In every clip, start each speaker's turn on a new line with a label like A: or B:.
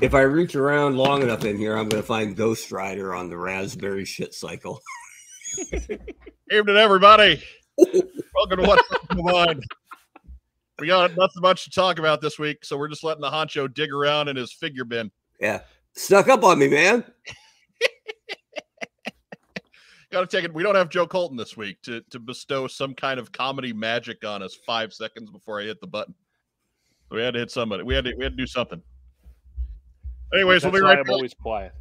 A: If I reach around long enough in here, I'm going to find Ghost Rider on the raspberry shit cycle.
B: Evening, everybody. Welcome to What's on My Mind. We got nothing much to talk about this week, so we're just letting the honcho dig around in his figure bin.
A: Stuck up on me, man.
B: Got to take it. We don't have Joe Colton this week to, to bestow some kind of comedy magic on us five seconds before I hit the button. So we had to hit somebody. We had to, we had to do something. Anyways,
C: That's
B: we'll be
C: why
B: right
C: I'm
B: back.
C: always quiet.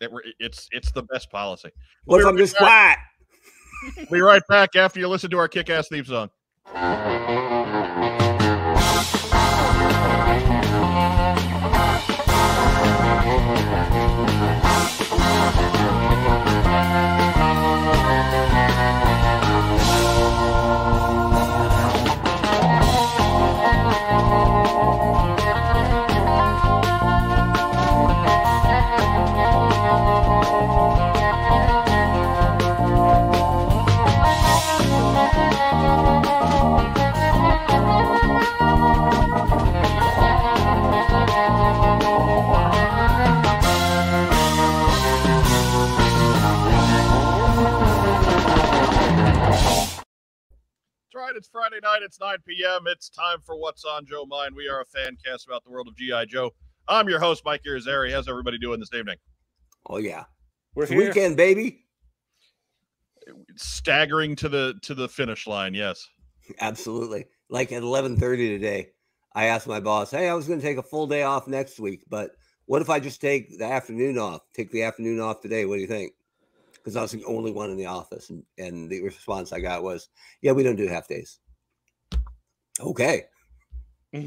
B: It- It's it's the best policy.
A: What if
B: We're
A: I'm just
B: back.
A: quiet?
B: We'll be right back after you listen to our kick-ass theme song. That's right. It's Friday night. It's 9 p.m. It's time for What's on Joe Mind. We are a fan cast about the world of G.I. Joe. I'm your host, Mike Irizarry. How's everybody doing this evening?
A: Oh, yeah.
C: We're
A: It's
C: here.
A: weekend, baby.
B: Staggering to the to the finish line, yes.
A: Absolutely. Like at 11.30 today, I asked my boss, hey, I was going to take a full day off next week, but what if I just take the afternoon off? Take the afternoon off today. What do you think? Because I was the only one in the office. And, and the response I got was, yeah, we don't do half days. Okay.
B: All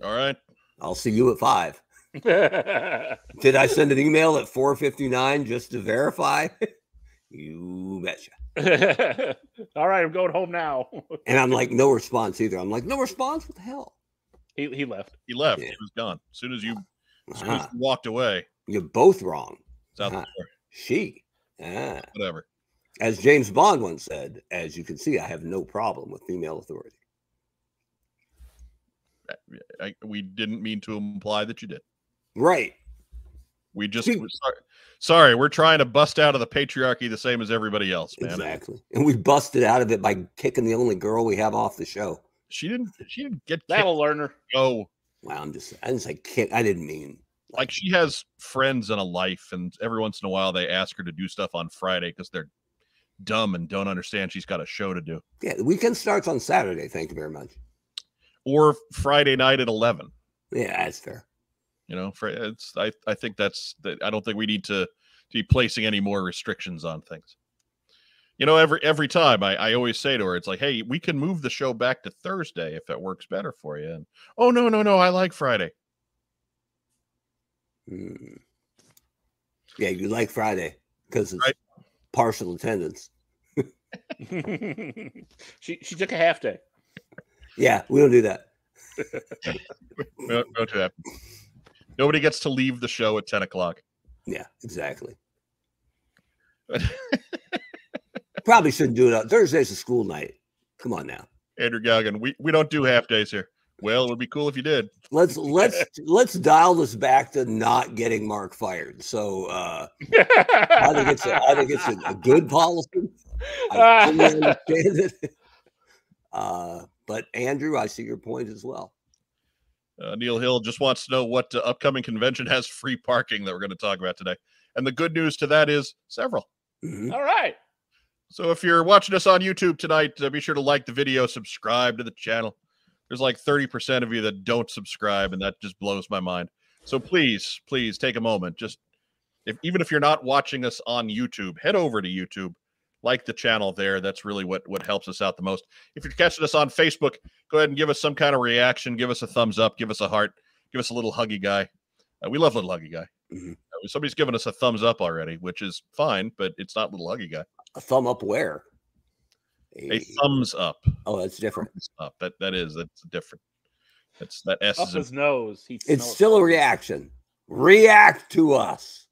B: right.
A: I'll see you at five. Did I send an email at 4:59 just to verify? you betcha.
C: All right, I'm going home now.
A: And I'm like, no response either. I'm like, no response. What the hell?
C: he, he left.
B: He left.
A: Yeah.
B: He was gone. As soon as you, as soon as
A: Uh-huh.
B: you walked away,
A: You're both wrong.
B: it's out
A: Uh-huh.
B: the door.
A: She. Ah.
B: Whatever.
A: As James Bond once said, as you can see, I have no problem with female authority.
B: I, we didn't mean to imply that you did.
A: Right.
B: We just
A: See-
B: we're sorry. sorry, we're trying to bust out of the patriarchy the same as everybody else, man.
A: Exactly. And we busted out of it by kicking the only girl we have off the show.
B: She didn't she didn't get kicked
C: That'll learn her.
B: go.
A: Wow, I'm just I didn't say kick. I didn't mean
B: like she has friends and a life and every once in a while they ask her to do stuff on friday because they're dumb and don't understand she's got a show to do
A: yeah, the weekend starts on Saturday, thank you very much.
B: or friday night at 11
A: Yeah, that's fair.
B: you know for it's i i think that's that i don't think we need to, to be placing any more restrictions on things you know every every time I, I always say to her it's like hey we can move the show back to thursday if that works better for you and oh no no no i like friday
A: Mm. Yeah, you like Friday because it's
B: Right.
A: partial attendance.
C: she she took a half day.
A: Yeah, we don't do that.
B: We don't- we don't do that. nobody gets to leave the show at 10 o'clock
A: Yeah, exactly. Probably shouldn't do it on Thursday's a school night. Come on now.
B: Andrew Galgan, we, we don't do half days here. Well, it would be cool if you did.
A: Let's let's let's dial this back to not getting Mark fired. So uh I think it's a, I think it's a, a good policy. I fully understand it. Uh, but Andrew, I see your point as well.
B: Uh, Neil Hill just wants to know what uh, upcoming convention has free parking that we're going to talk about today. And the good news to that is several.
A: Mhm.
C: All right.
B: So if you're watching us on YouTube tonight, uh, be sure to like the video, subscribe to the channel. There's like 30% of you that don't subscribe, and that just blows my mind. So please, please take a moment. Just if even if you're not watching us on YouTube, head over to YouTube, like the channel there. That's really what what helps us out the most. If you're catching us on Facebook, go ahead and give us some kind of reaction. Give us a thumbs up. Give us a heart. Give us a little huggy guy. Uh, we love little huggy guy.
A: Mhm.
B: Uh, somebody's given us a thumbs up already, which is fine, but it's not little huggy guy.
A: A thumb up where?
B: A
A: A-
B: thumbs up.
A: oh, that's different.
B: Thumbs up. That that is that's different. That's that S
C: Up
B: is in-
C: his nose. He
A: It's
C: smells
A: still a
C: something.
A: reaction. React to us.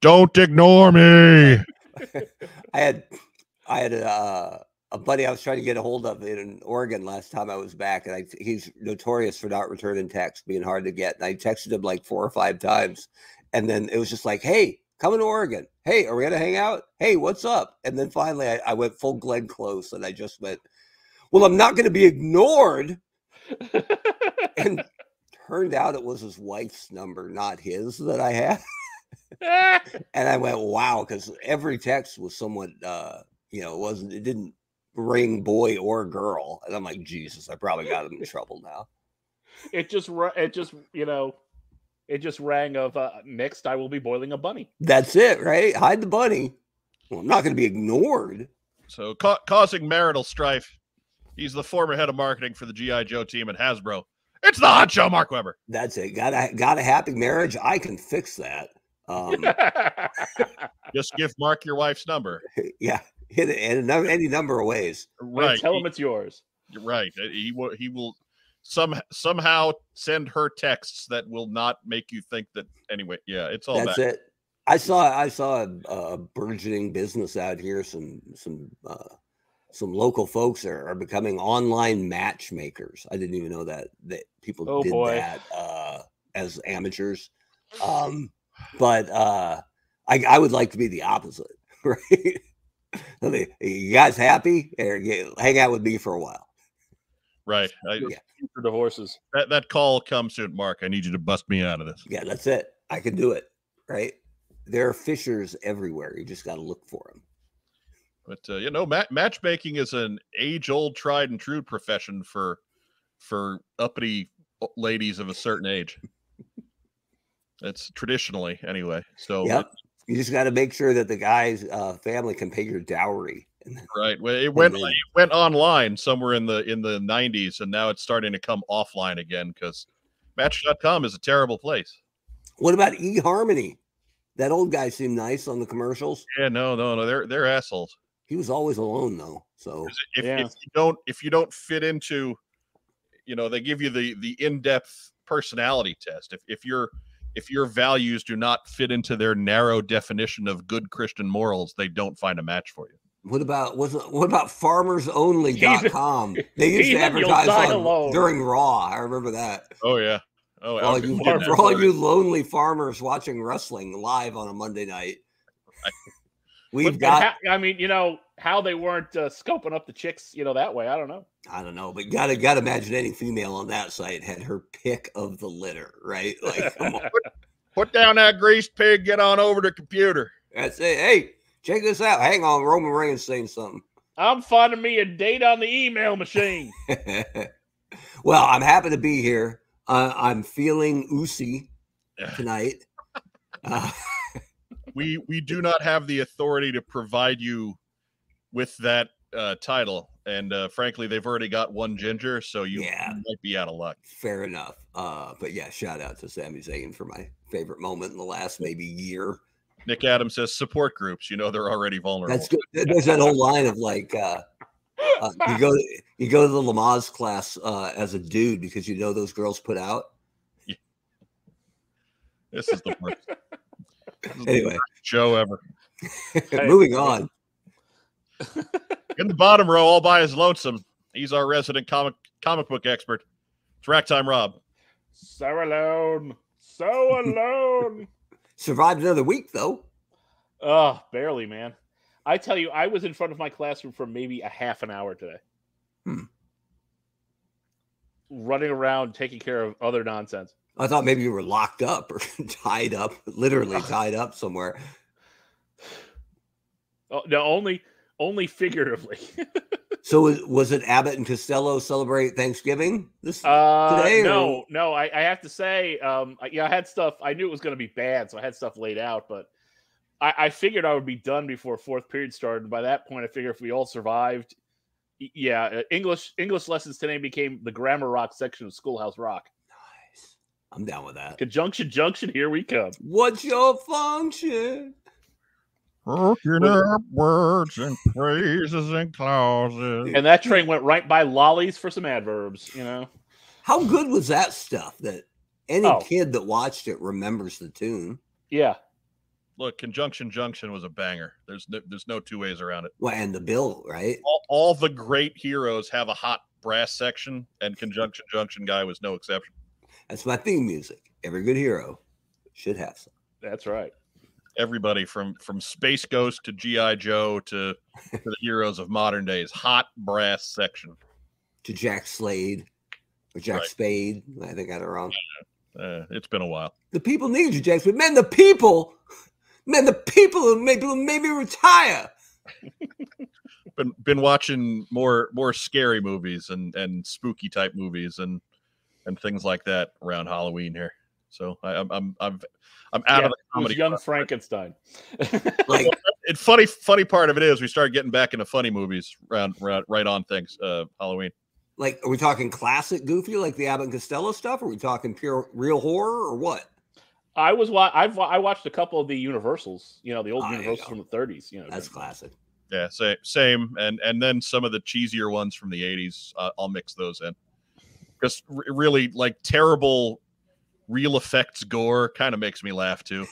B: Don't ignore me.
A: I had I had a, uh, a buddy I was trying to get a hold of in Oregon last time I was back, and I he's notorious for not returning texts, being hard to get. And I texted him like four or five times, and then it was just like, "Hey, coming to Oregon. Hey, are we gonna hang out? Hey, what's up?" And then finally, I, I went full Glenn Close, and I just went, "Well, I'm not gonna be ignored." and turned out it was his wife's number, not his, that I had. And I went, "Wow," because every text was somewhat, uh, you know, it wasn't, it didn't ring boy or girl. And I'm like, Jesus, I probably got him in trouble now.
C: it just ru- it just you know it just rang of uh, next I will be boiling a bunny.
A: That's it, right? Hide the bunny. Well, I'm not going to be ignored.
B: So ca- causing marital strife. He's the former head of marketing for the GI Joe team at Hasbro. It's the Hot Show, Mark Weber.
A: That's it. Got a got a happy marriage. I can fix that. Um,
B: Just give Mark your wife's number.
A: yeah, hit it in another, any number of ways.
B: Right,
C: Tell
B: he-
C: him it's yours.
B: you're right. Uh, He will. He will some somehow send her texts that will not make you think that. Anyway, yeah, it's all
A: That's
B: that.
A: it. I saw I saw a, a burgeoning business out here. Some some uh, some local folks are, are becoming online matchmakers. I didn't even know that that people
C: Oh,
A: did
C: boy.
A: that uh, as amateurs. Um, but uh, I, I would like to be the opposite, right? Let me- you guys happy? Here, get- Hang out with me for a while.
B: Right. I,
A: Yeah.
C: For divorces.
B: that, that call comes soon, Mark. I need you to bust me out of this.
A: Yeah, that's it. I can do it, right? There are fishers everywhere. You just got to look for them.
B: But uh, you know, ma- matchmaking is an age-old, tried and true profession for for uppity o- ladies of a certain age. That's traditionally, anyway. So,
A: Yep. You just got to make sure that the guy's uh, family can pay your dowry. And then-
B: right. Well, it went
A: then-
B: like, it went online somewhere in the in the '90s, and now it's starting to come offline again because Match.com is a terrible place.
A: What about eHarmony? That old guy seemed nice on the commercials.
B: Yeah, no, no, no. They're they're assholes.
A: He was always alone though. So
B: if,
C: Yeah.
B: if you don't if you don't fit into you know they give you the the in-depth personality test if if your if your values do not fit into their narrow definition of good christian morals they don't find a match for you
A: what about was what about farmersonly.com? They used to
C: Ethan, you'll
A: advertise
C: die
A: on
C: alone.
A: during Raw. I remember that.
B: oh yeah oh
A: For
B: I
A: all,
B: was
A: you,
B: getting
C: farmers.
A: for
B: that.
A: all you lonely farmers watching wrestling live on a Monday night.
C: But-
A: We've
C: but
A: got
C: how- I mean, you know how they weren't uh, scoping up the chicks, you know that way. I don't know.
A: I don't know, but gotta gotta imagine any female on that site had her pick of the litter, right? Like come on.
B: put down that greased pig get on over to computer
A: That's it. Hey, check this out. Hang on, Roman Reigns saying something.
C: I'm finding me a date on the email machine.
A: well, I'm happy to be here. Uh, I'm feeling oozy tonight. Uh,
B: we we do not have the authority to provide you with that uh, title and uh, frankly they've already got one ginger so you
A: Yeah.
B: might be out of luck
A: fair enough. Uh, but yeah, shout out to Sami Zayn for my favorite moment in the last maybe year.
B: Nick Adams says support groups. You know they're already vulnerable.
A: That's good. There- There's that whole line of like uh, uh, you go you go to the Lamaze class uh, as a dude because you know those girls put out.
B: This is the worst This is the
A: Anyway,
B: worst show ever.
A: moving on.
B: In the bottom row, all by his lonesome. He's our resident comic comic book expert. It's rack time, Rob.
C: so alone, so alone.
A: Survived another week though.
C: Oh, barely, man. I tell you, I was in front of my classroom for maybe a half an hour today.
A: Hmm.
C: Running around taking care of other nonsense.
A: I thought maybe you were locked up or tied up, literally
C: Uh-huh.
A: tied up somewhere.
C: Oh, no, only only figuratively.
A: So was, was it Abbott and Costello celebrate Thanksgiving? This
C: uh
A: Today or-
C: no, no, I, I have to say, um I, yeah, I had stuff I knew it was gonna be bad, so I had stuff laid out, but I, I figured I would be done before fourth period started. And by that point, I figure if we all survived, y- yeah, uh, English English lessons today became the grammar rock section of Schoolhouse Rock.
A: I'm down with that.
C: Conjunction Junction, here we come.
A: What's your function?
B: Working up words and phrases and clauses.
C: and that train went right by lollies for some adverbs you know
A: How good was that stuff that any
C: Oh.
A: kid that watched it remembers the tune?
C: yeah
B: look, Conjunction Junction was a banger. There's no, there's no two ways around it.
A: Well, and the bill, right?
B: All, all the great heroes have a hot brass section, and Conjunction Junction guy was no exception.
A: That's my theme music. Every good hero should have some.
C: That's right.
B: Everybody from from Space Ghost to GI Joe to, to the heroes of modern days, hot brass section.
A: To Jack Slade or Jack
B: Right.
A: Spade. I think I got it wrong.
B: Uh, it's been a while.
A: The people need you, Jack Spade. Man, the people, man, the people who made, who made me retire.
B: Been been watching more more scary movies and and spooky type movies and and things like that around Halloween here. So I, I'm I'm I'm I'm out of
C: Yeah,
B: the
C: It was
B: comedy.
C: young Frankenstein.
A: Like,
B: and funny funny part of it is we started getting back into funny movies round, round right on things uh halloween
A: like, are we talking classic Goofy, like the Abbott and Costello stuff? Are we talking pure real horror or what?
C: I was wa- I've wa- I watched a couple of the Universals, you know, the old
A: Ah, there you
C: Universals
A: go.
C: from the 30s. You know,
A: That's classic.
B: yeah same same and and then some of the cheesier ones from the 80s uh, i'll mix those in because r- really like terrible real effects gore kind of makes me laugh too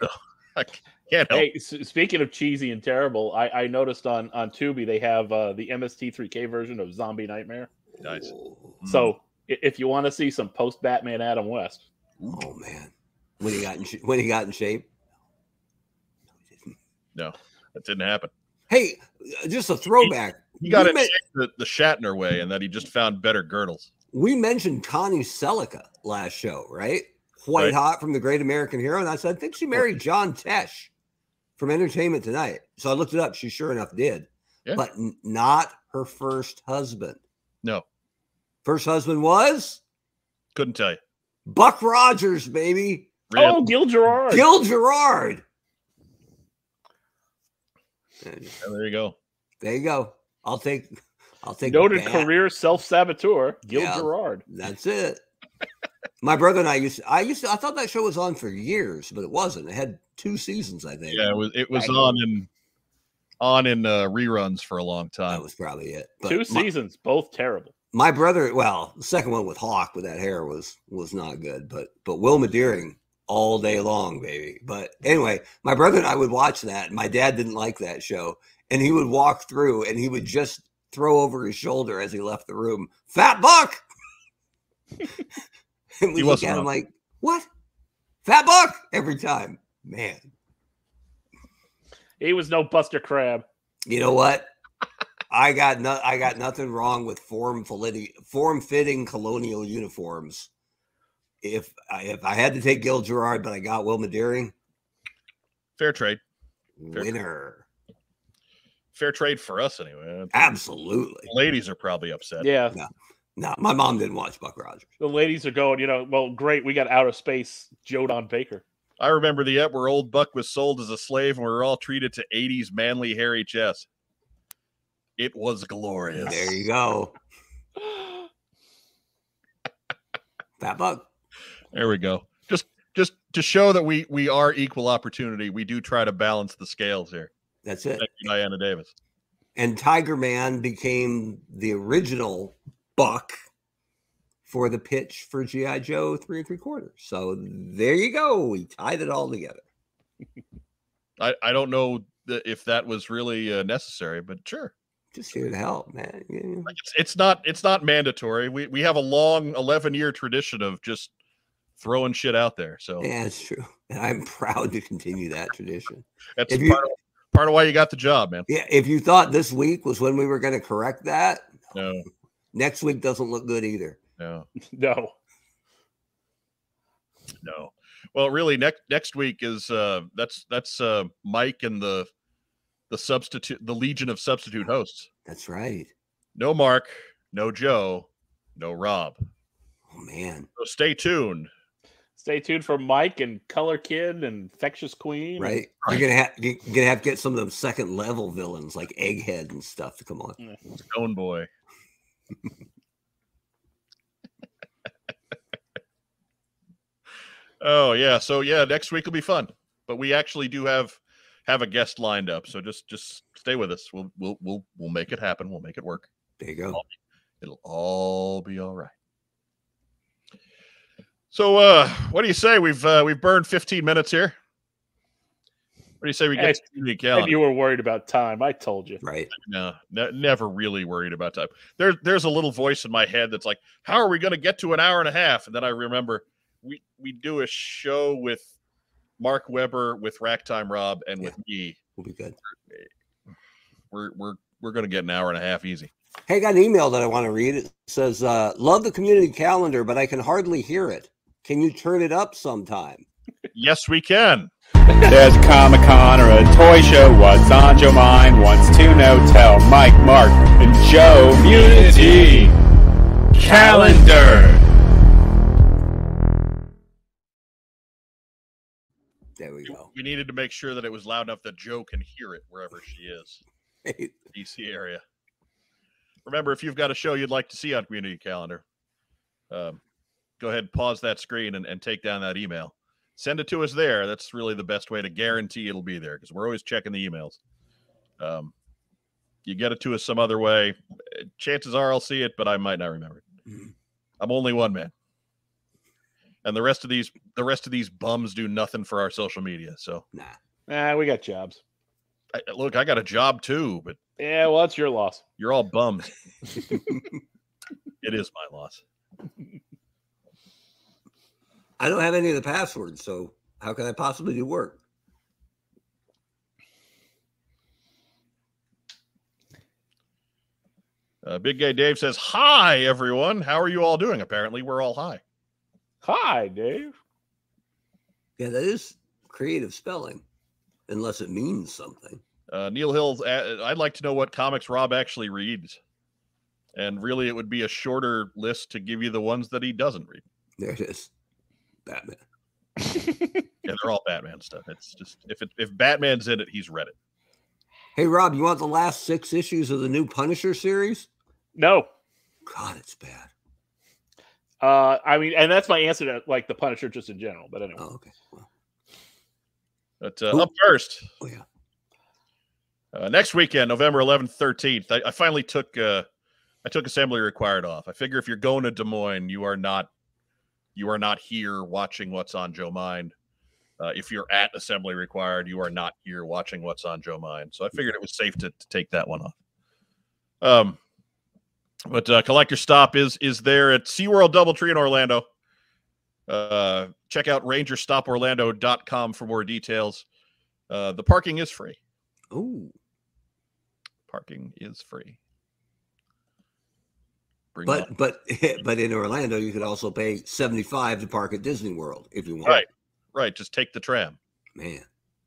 B: So, i can't help
C: Hey, s- speaking of cheesy and terrible, I, I noticed on on Tubi they have uh, the MST3K version of Zombie Nightmare.
B: Nice.
A: Oh,
B: Mm.
C: So i- if you want to see some post Batman Adam West,
A: oh, man, when he got in, sh- when he got in shape.
B: that didn't happen
A: Hey, uh, just a throwback.
B: he got
A: we,
B: it
A: men-
B: the, the shatner way and that he just found better girdles
A: we mentioned Connie Selica last show, right? White
B: Right.
A: hot from the Great American Hero, and I said I think she married John Tesh from Entertainment Tonight. So I looked it up. She sure enough did,
B: Yeah.
A: but n- not her first husband.
B: no
A: First husband was
B: couldn't tell you
A: Buck Rogers, baby,
B: Really.
C: oh Gil Gerard,
A: Gil Gerard. And
B: Yeah, there you go
A: There you go. I'll take. I'll take.
C: noted
A: that.
C: career self saboteur, Gil
A: Yeah.
C: Gerard.
A: That's it. My brother and I used to, I used to, I thought that show was on for years, but it wasn't. It had two seasons, I think.
B: Yeah, it was it was
C: Back
B: on in on in uh, reruns for a long
A: That
B: time.
A: was probably it. But
C: Two
A: my,
C: seasons, both terrible.
A: my brother, well, the second one with Hawk with that hair was was not good, but but Wilma Deering all day long, baby. But anyway, my brother and I would watch that. and My dad didn't like that show, and he would walk through and he would just throw over his shoulder as he left the room, "Fat Buck," and we
B: He
A: look
B: wasn't
A: at him
B: wrong.
A: like, "What? Fat Buck?" Every time, man.
C: He was no Buster Crab.
A: You know what? I got no, I got nothing wrong with form validity, form fitting colonial uniforms. If I, if I had to take Gil Gerard, but I got Wilma Deering,
B: Fair trade, Fair.
A: winner,
B: fair trade for us anyway.
A: absolutely.
B: The ladies are probably upset.
C: Yeah,
A: No, my mom didn't watch Buck Rogers.
C: the ladies are going. You know, well, great. We got out of space, Joe Don Baker.
B: I remember the ep where old Buck was sold as a slave, and we were all treated to '80s manly hairy chest. It was glorious.
A: There you go, Fat Buck.
B: There we go. Just just to show that we we are equal opportunity. We do try to balance the scales here.
A: That's it.
B: Thank you, Diana Davis.
A: And Tiger Man became the original Buck for the pitch for GI Joe three and three quarters. So there you go. We tied it all together.
B: I I don't know th- if that was really uh, necessary, but sure.
A: Just here to help, man. You know.
B: Like, it's, it's not it's not mandatory. We we have a long 11 year tradition of just throwing shit out there. So
A: Yeah, it's true. And I'm proud to continue that tradition.
B: that's
A: if
B: part,
A: you-
B: of, part of why you got the job, man.
A: Yeah, if you thought this week was when we were going to correct that,
B: No,
A: next week doesn't look good either.
B: no,
C: no,
B: no. Well, really next next week is uh that's that's uh Mike and the the substitute the legion of substitute hosts.
A: That's right.
B: No Mark, no Joe, no Rob.
A: Oh man,
B: So stay tuned.
C: Stay tuned for Mike and Color Kid and Infectious Queen. and-
A: right? You're gonna have you're gonna have to get some of them second level villains like Egghead and stuff to come on.
B: Stone Boy. oh yeah, so yeah, next week will be fun. But we actually do have have a guest lined up, so just just stay with us. We'll we'll we'll we'll make it happen. We'll make it work.
A: There you go.
B: It'll all be all right. So uh what do you say we've uh, we've burned 15 minutes here. What do you say we
C: Hey,
B: get to community
C: And
B: calendar?
C: you were worried about time. I told you.
A: Right.
B: No, ne- never really worried about time. There's there's a little voice in my head that's like, how are we going to get to an hour and a half? And then I remember we we do a show with Mark Weber, with Rack Time Rob, and with me.
A: We'll be good.
B: We're we're we're going to get an hour and a half easy.
A: Hey, I got an email that I want to read. It says, uh, "Love the community calendar, but I can hardly hear it. Can you turn it up sometime?"
B: Yes, we can.
D: There's Comic Con or a toy show. What's on your mind? Wants to know. Tell Mike, Mark, and Joe. Unity calendar.
A: There we go.
B: We needed to make sure that it was loud enough that Joe can hear it wherever she is, DC area. Remember, if you've got a show you'd like to see on community calendar, um, go ahead and pause that screen and, and take down that email. Send it to us there. That's really the best way to guarantee it'll be there because we're always checking the emails. Um, you get it to us some other way. eh, Chances are I'll see it, but I might not remember it.
A: Mhm.
B: I'm only one man, and the rest of these the rest of these bums do nothing for our social media. So
A: Nah.
C: Nah, we got jobs.
B: I, look, I got a job too, but
C: Yeah, well, it's your loss.
B: you're all bums. it is my loss.
A: I don't have any of the passwords, so how can I possibly do work?
B: Uh, Big Gay Dave says, Hi, everyone. How are you all doing? Apparently, we're all high.
C: Hi, Dave.
A: Yeah, that is creative spelling, unless it means something.
B: Uh, Neil Hill's, a- I'd like to know what comics Rob actually reads. And really, it would be a shorter list to give you the ones that he doesn't read.
A: There it is. Batman.
B: Yeah, they're all Batman stuff. It's just, if, it, if Batman's in it, he's read it.
A: Hey, Rob, you want the last six issues of the new Punisher series?
C: No.
A: God, it's bad.
C: Uh, I mean, and that's my answer to like the Punisher just in general. But anyway,
A: Oh, okay. Well,
B: But uh,
A: Who-
B: up first,
A: oh, yeah.
B: Uh, next weekend, November 11th, 13th, I, I finally took uh, I took assembly required off. I figure if you're going to Des Moines, you are not you are not here watching what's on Joe Mind. Uh, if you're at assembly required, you are not here watching what's on Joe Mind. So I figured it was safe to, to take that one off. Um, but uh, collector stop is is there at SeaWorld DoubleTree in Orlando. Uh, check out rangerstoporlando.com for more details. Uh, the parking is free
A: Oh,
B: parking is free. Bring it
A: but
B: on.
A: but but in Orlando, you could also pay seventy five to park at Disney World if you want.
B: Right. right, just take the tram.
A: man.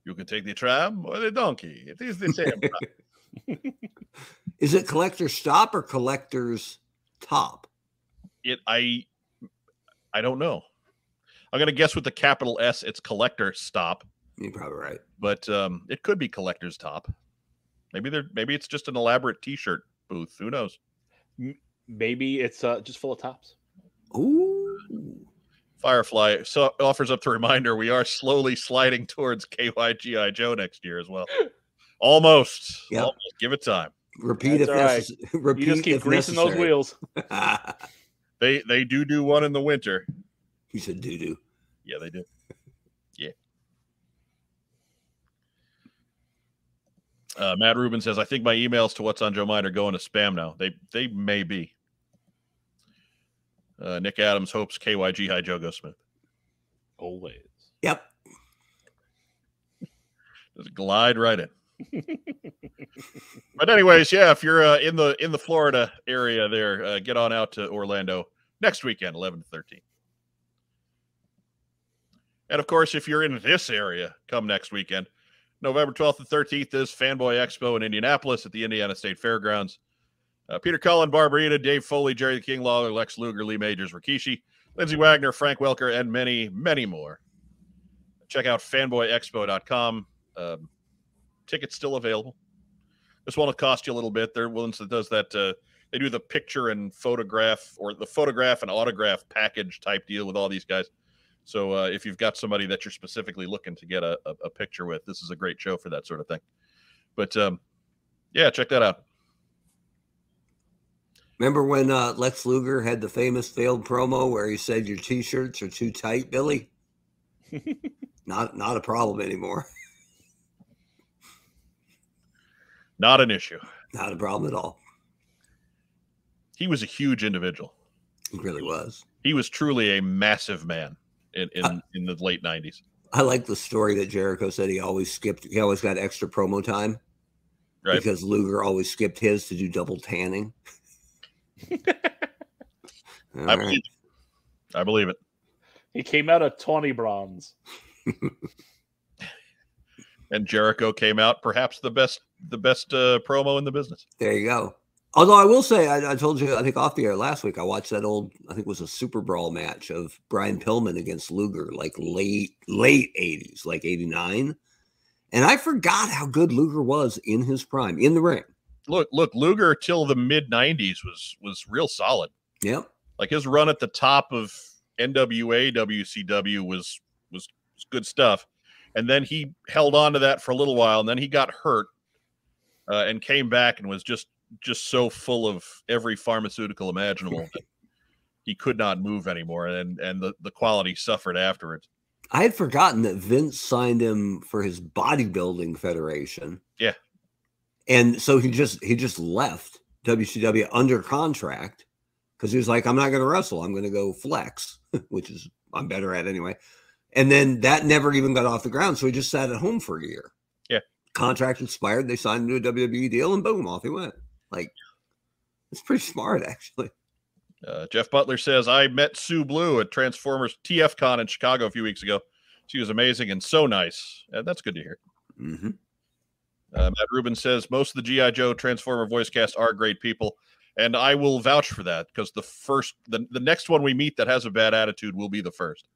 B: You can take the tram or the donkey. It is the same. price.
A: Is it collector stop or collector's top?
B: it I I don't know. I'm gonna guess with the capital S, it's collector stop,
A: You're probably right.
B: but um, it could be collector's top. Maybe they're maybe it's just an elaborate T-shirt booth. Who knows?
C: maybe it's uh, just full of tops.
A: Ooh,
B: Firefly so offers up the reminder we are slowly sliding towards KYGI Joe next year as well. Almost.
A: Yep.
B: Almost. Give it time.
A: repeat if
C: That's all right.
A: necessary. Repeat
C: You just keep
A: if
C: greasing those
A: necessary.
C: wheels.
B: They they do do one in the winter.
A: he said, "Doo doo."
B: Yeah, they do. Yeah. Uh, Matt Rubin says, "I think my emails to what's on Joe Mine are going to spam now. They they may be." Uh, Nick Adams hopes KYG High Joe goes Smith
C: Always.
A: Yep.
B: just glide right in. but anyways, yeah, if you're uh, in the in the Florida area, there, uh, get on out to Orlando next weekend, eleven to thirteen. And of course, if you're in this area, come next weekend, November twelfth and thirteenth is Fanboy Expo in Indianapolis at the Indiana State Fairgrounds. Uh, Peter Cullen, Barbarita, Dave Foley, Jerry the King Lawler, Lex Luger, Lee Majors, Rikishi, Lindsey Wagner, Frank Welker, and many, many more. Check out fanboyexpo.com. Um, tickets still available. This one will cost you a little bit. They're willing to does that. Uh, they do the picture and photograph or the photograph and autograph package type deal with all these guys. So uh, if you've got somebody that you're specifically looking to get a, a, a picture with, this is a great show for that sort of thing. But um, yeah, check that out.
A: Remember when uh, Lex Luger had the famous failed promo where he said, "Your t-shirts are too tight, Billy." not not a problem anymore.
B: Not an issue.
A: Not a problem at all.
B: He was a huge individual.
A: It really was.
B: He was truly a massive man in in, in the late nineties.
A: I like the story that Jericho said he always skipped. He always got extra promo time
B: Right.
A: because Luger always skipped his to do double tanning. All
B: I
A: right.
B: believe. It. I believe it.
C: He came out of tawny bronze.
B: And Jericho came out perhaps the best the best uh, promo in the business.
A: There you go. Although I will say, I, I told you, I think off the air last week, I watched that old, I think it was a Super Brawl match of Brian Pillman against Luger, like late late eighties, like eighty nine, and I forgot how good Luger was in his prime in the ring.
B: Look, look, Luger till the mid nineties was was real solid.
A: Yep,
B: Like his run at the top of NWA WCW was was, was good stuff. And then he held on to that for a little while, and then he got hurt uh, and came back and was just just so full of every pharmaceutical imaginable that he could not move anymore, and and the, the quality suffered afterwards.
A: I had forgotten that Vince signed him for his bodybuilding federation.
B: Yeah.
A: And so he just he just left WCW under contract because he was like, I'm not gonna wrestle, I'm gonna go flex, which is I'm better at anyway. And then that never even got off the ground. So he just sat at home for a year.
B: Yeah.
A: Contract expired, they signed him to a WWE deal and boom, off he went. Like it's pretty smart actually.
B: Uh, Jeff Butler says, I met Sue Blue at Transformers TF Con in Chicago a few weeks ago. She was amazing and so nice. Uh, that's good to hear.
A: Mm-hmm.
B: Uh, Matt Rubin says, Most of the G.I. Joe Transformer voice cast are great people. And I will vouch for that because the first, the, the next one we meet that has a bad attitude will be the first.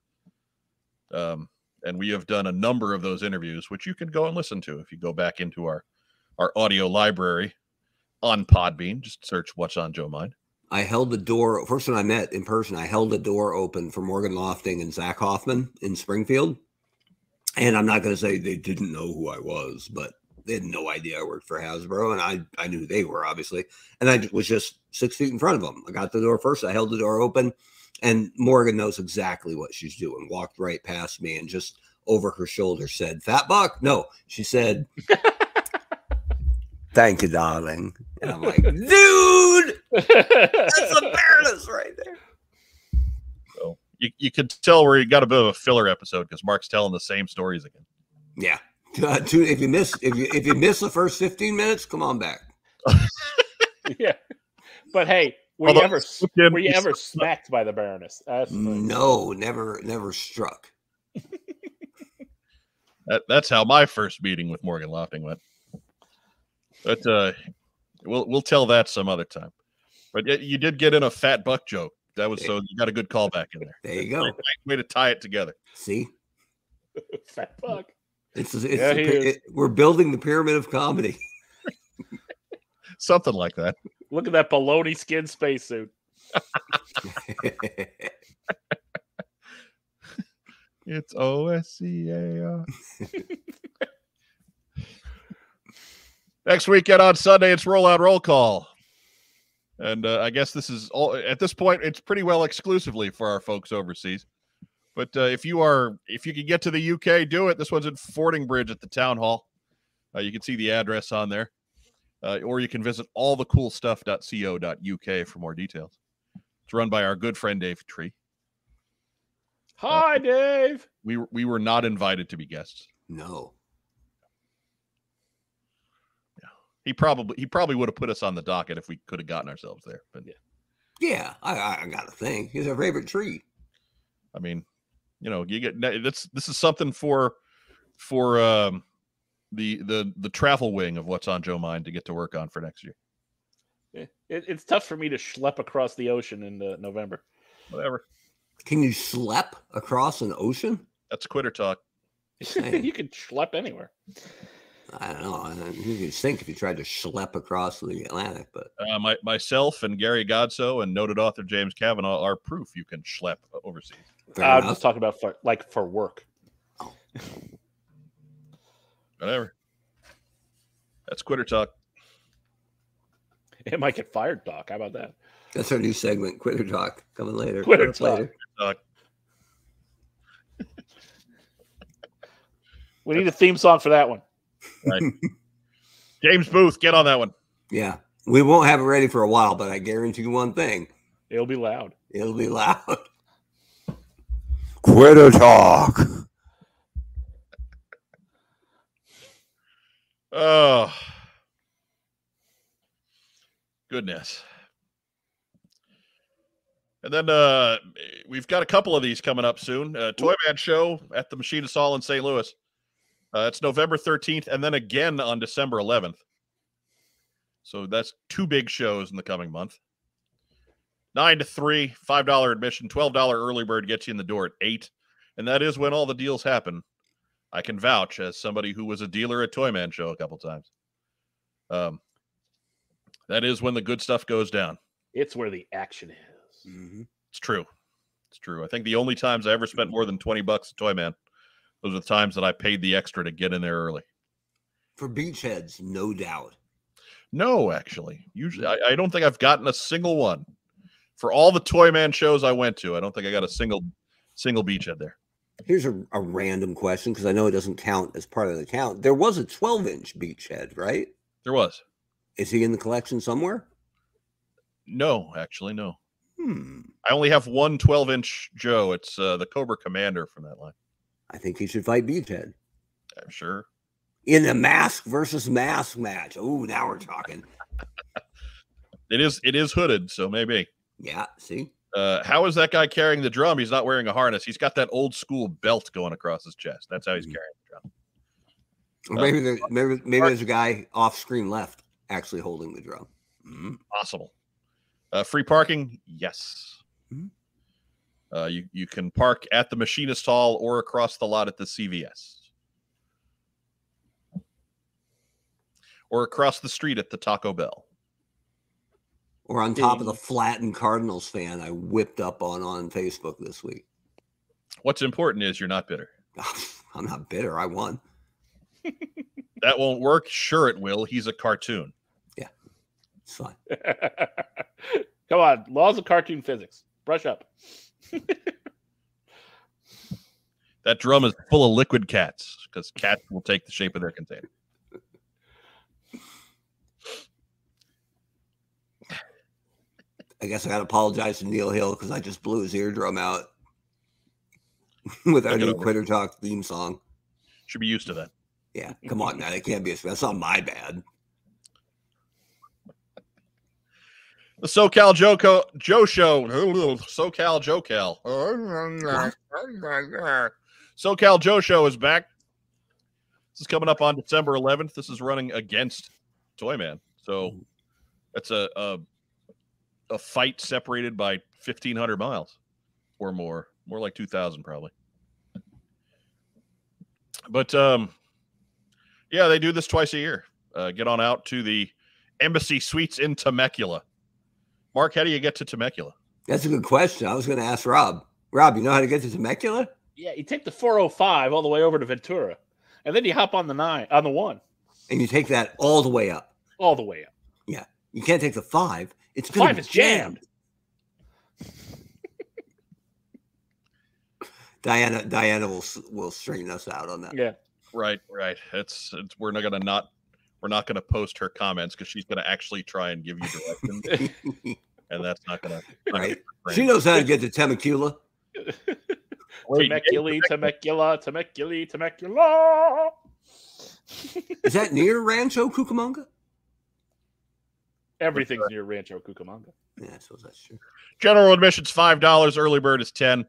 B: Um, and we have done a number of those interviews, which you can go and listen to if you go back into our our audio library on Podbean. Just search "What's on Joe Mind."
A: I held the door first when I met in person. I held the door open for Morgan Lofting and Zach Hoffman in Springfield, and I'm not going to say they didn't know who I was, but they had no idea I worked for Hasbro, and I I knew they were obviously, and I was just six feet in front of them. I got the door first. I held the door open, and Morgan knows exactly what she's doing. Walked right past me and just over her shoulder said, "Fat buck." No, she said. Thank you, darling. And I'm like, dude, that's a Baroness right there.
B: So you, you could tell where you got a bit of a filler episode because Mark's telling the same stories again.
A: Yeah. Uh, two, if you miss if you if you miss the first fifteen minutes, come on back.
C: yeah. But hey, were you
B: Although-
C: ever were you ever smacked by the Baroness? That's the thing.
A: No, never never struck.
B: That, that's how my first meeting with Morgan Lofting went. But uh, we'll we'll tell that some other time. But y- you did get in a fat buck joke. That was so you got a good callback in there.
A: There you go.
B: Great Way to tie it together.
A: See,
C: fat fuck.
A: it's, it's the
C: Yeah, he
A: pi-
C: is.
A: it- we're building the pyramid of comedy.
B: Something like that.
C: Look at that baloney skin spacesuit.
B: It's O S C A R. Next weekend on Sunday, it's rollout roll call, and uh, I guess this is all at this point. It's pretty well exclusively for our folks overseas. But uh, if you are, if you can get to the UK, do it. This one's in Fordingbridge at the town hall. Uh, you can see the address on there, uh, or you can visit allthecoolstuff.co.uk for more details. It's run by our good friend Dave Tree.
C: Hi, Dave.
B: We we were not invited to be guests.
A: no,
B: He probably he probably would have put us on the docket if we could have gotten ourselves there. But
A: yeah, I, I, I got to think. He's our favorite tree.
B: I mean, you know, you get that's this is something for for um the the the travel wing of what's on Joe Mind to get to work on for next year.
C: It, it's tough for me to schlep across the ocean in uh, November.
B: Whatever.
A: Can you slap across an ocean?
B: That's quitter talk.
A: Same.
C: you can schlep anywhere.
A: I don't know. I don't- You could think if you tried to schlep across the Atlantic, but
B: Uh, my myself and Gary Godso and noted author James Kavanaugh are proof you can schlep overseas.
A: fair
C: I'm
A: enough.
C: just talking about for, like for work.
B: Whatever. That's quitter talk.
C: It might get fired, Doc. How about that?
A: That's our new segment, Quitter Talk, coming later.
C: Quitter
A: Coming up
C: Talk.
A: later.
C: We need a theme song for that one.
B: James Booth, get on that one.
A: Yeah. We won't have it ready for a while, but I guarantee you one thing
C: It'll be loud.
A: it'll be loud. Quitter talk.
B: Oh, goodness. And then uh, we've got a couple of these coming up soon. Uh, Toy Man Show at the Machine of Sol in St. Louis. Uh, it's November 13th and then again on December 11th. So that's two big shows in the coming month. Nine to three, $5 admission, $12 early bird gets you in the door at eight. And that is when all the deals happen. I can vouch as somebody who was a dealer at Toyman Show a couple times. Um, that is when the good stuff goes down.
C: It's where the action is.
A: hmm
B: It's true. It's true. I think the only times I ever spent more than 20 bucks at Toyman, those are the times that I paid the extra to get in there early.
A: For beachheads, no doubt.
B: No, actually. Usually I, I don't think I've gotten a single one. For all the Toyman shows I went to, I don't think I got a single single beachhead there.
A: Here's a, a random question because I know it doesn't count as part of the count. There was a 12 inch beachhead, right?
B: There was.
A: Is he in the collection somewhere?
B: No, actually, no.
A: Hmm.
B: I only have one 12 inch Joe. It's uh, the Cobra Commander from that line.
A: I think he should fight Beachhead
B: I'm sure.
A: in a mask versus mask match. Oh, now we're talking.
B: It is it is hooded, so maybe.
A: Yeah, see?
B: Uh, how is that guy carrying the drum? He's not wearing a harness. He's got that old school belt going across his chest. That's how he's
A: Mhm.
B: carrying the drum.
A: Or
B: Uh,
A: maybe, there, maybe, maybe there's a guy off screen left actually holding the drum. Hmm.
B: Possible. Uh, free parking? Yes.
A: Mhm.
B: Uh, you you can park at the machinist hall or across the lot at the CVS. Or across the street at the Taco Bell.
A: Or on top of the flattened Cardinals fan I whipped up on on Facebook this week.
B: What's important is you're not bitter.
A: I'm not bitter. I won.
B: That won't work. Sure, it will. He's a cartoon.
A: It's fine. Mm.
C: Come on, laws of cartoon physics. Brush up.
B: That drum is full of liquid cats because cats will take the shape of their container.
A: I guess I got to apologize to Neil Hill because I just blew his eardrum out with our
B: Look it
A: new
B: over.
A: Quitter Talk theme song.
B: Should be used to that.
A: Yeah, come on, man. It can't be a That's not my bad.
B: The SoCal Joco Joe Show. SoCal JoCal. SoCal Joe Show is back. This is coming up on December 11th. This is running against Toyman. So that's a a, a fight separated by 1,500 miles or more, more like 2,000 probably. But um, yeah, they do this twice a year. Uh, get on out to the Embassy Suites in Temecula. Mark, how do you get to Temecula?
A: That's a good question. I was going to ask Rob. Rob, you know how to get to Temecula?
C: Yeah, you take the 405 all the way over to Ventura, and then you hop on the nine on the one
A: And you take that all the way up.
C: all the way up.
A: You can't take the five. It's gonna
C: Five
A: be
C: is jammed.
A: Diana, Diana will s- will straighten us out on that.
C: Yeah,
B: Right, right. It's, it's we're not gonna not we're not gonna post her comments because she's gonna actually try and give you directions, and that's not gonna not gonna
A: right?
B: be
A: She
B: great.
A: knows how to get to Temecula.
B: Wait,
C: Temecula, Temecula, Temecula, Temecula.
A: Is that near Rancho Cucamonga?
C: Everything's near Rancho Cucamonga.
A: Yeah, I suppose that's true.
B: General admission's five dollars. Early bird is ten.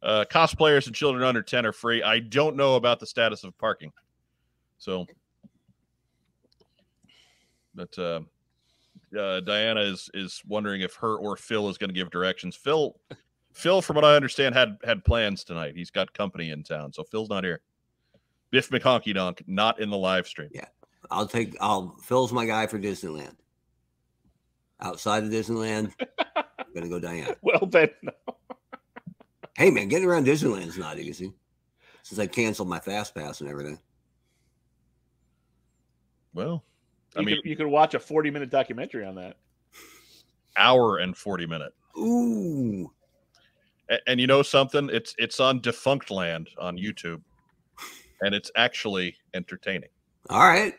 B: Uh, cosplayers and children under ten are free. I don't know about the status of parking, so. But uh, uh, Diana is is wondering if her or Phil is going to give directions. Phil, Phil, from what I understand, had had plans tonight. He's got company in town, so Phil's not here. Biff McHonky Donk not in the live stream.
A: I'll take. I'll Phil's my guy for Disneyland. Outside of Disneyland, I'm gonna go Diana.
C: Well, then,
A: Hey man, getting around Disneyland's not easy. Since I canceled my fast pass and everything.
B: Well, I
C: you,
B: mean,
C: could, you could watch a 40 minute documentary on that.
B: hour and forty minute.
A: Ooh,
B: A- And, you know something? It's it's on Defunct Land on YouTube, and it's actually entertaining.
A: all right.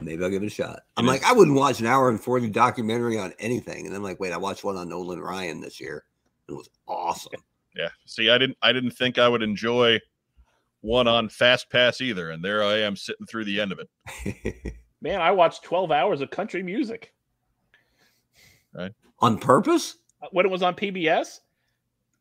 A: Maybe I'll give it a shot. I'm like, I wouldn't watch an hour and 40 documentary on anything. And I'm like, wait, I watched one on Nolan Ryan this year. It was awesome.
B: Yeah. See, I didn't I didn't think I would enjoy one on Fast Pass either, and there I am sitting through the end of it.
C: Man, I watched 12 hours of country music
A: on purpose?
C: uh, when it was on PBS.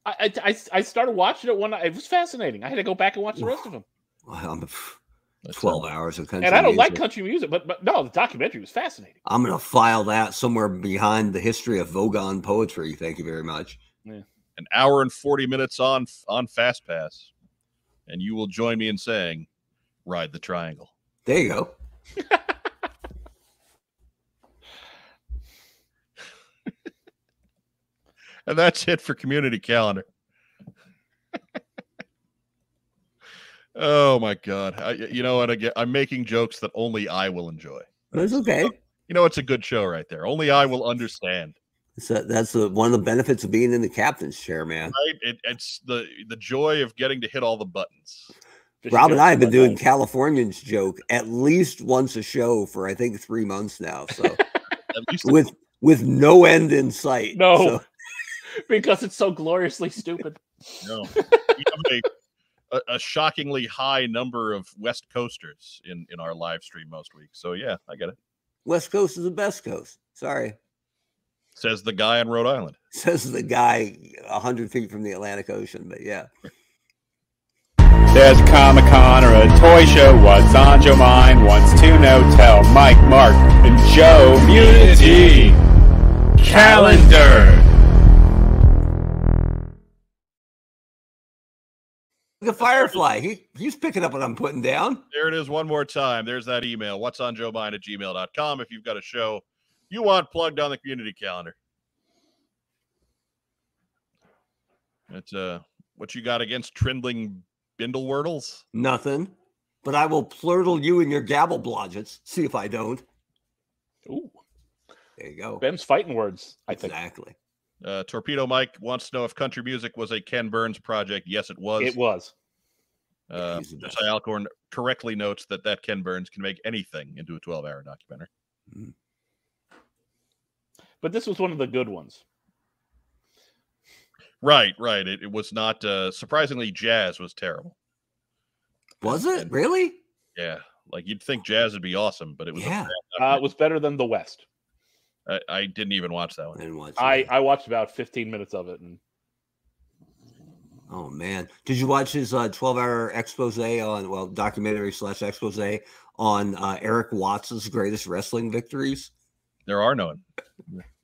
C: I, I, I- I started watching it one night. It was fascinating. I had to go back and watch the rest of them.
A: Well, I'm
B: That's
A: 12
B: all.
A: hours of country.
C: And I don't like
A: music.
C: country music, but but no, the documentary was fascinating.
A: I'm going to file that somewhere behind the history of Vogon poetry. Thank you very much.
B: An hour and forty minutes on on Fast Pass, and you will join me in saying, "Ride the triangle."
A: There you go.
B: And that's it for community calendar. oh my god! I, you know, and again, I'm making jokes that only I will enjoy.
A: That's okay.
B: You know, it's a good show right there. Only I will understand.
A: So that's the, one of the benefits of being in the captain's chair, man.
B: Right? It, it's the the joy of getting to hit all the buttons.
C: Just
A: Rob and I have been
C: like
A: doing
C: that.
A: Californians joke at least once a show for I think three months now. So
B: At least
A: with with no end in sight.
C: No.
A: So,
C: because it's so gloriously stupid.
B: No. We have a, a, a shockingly high number of West Coasters in, in our live stream most weeks. So, yeah, I get it.
A: West Coast is the best coast. Sorry,
B: Says the guy in Rhode Island.
A: says the guy a hundred feet from the Atlantic Ocean. But yeah,
D: There's a Comic Con or a toy show. What's on your mind? What's to know? Tell Mike, Mark, and Joe. Munity calendar.
A: the Firefly. He he's picking up what I'm putting down.
B: There it is one more time. There's that email. What's on Joe Biden at gmail.com if you've got a show you want plugged on the community calendar. That's uh, what you got against trindling bindle wordles?
A: Nothing. But I will plurtle you and your gabble blodgets. See if I don't.
C: Ooh,
A: There you go.
C: Ben's fighting words. I think
A: Exactly.
B: Uh, Torpedo Mike wants to know if country music was a Ken Burns project. Yes, it was.
C: it was.
B: Uh,
A: He's the best.
B: Josiah Alcorn correctly notes that that Ken Burns can make anything into a 12-hour documentary.
C: But this was one of the good ones.
B: Right, right. It, it was not uh, surprisingly jazz was terrible.
A: Was it really?
B: Yeah, like you'd think jazz would be awesome, but it was. a
A: Yeah.
B: bad
C: Uh, it was better than the West.
B: documentary. I, I didn't even watch that
A: I
B: one.
A: didn't watch.
C: I
A: that.
C: I watched about 15 minutes of it, and
A: Oh man, did you watch his uh, twelve-hour expose on well documentary slash expose on uh, Eric Watts's greatest wrestling victories?
B: There are none.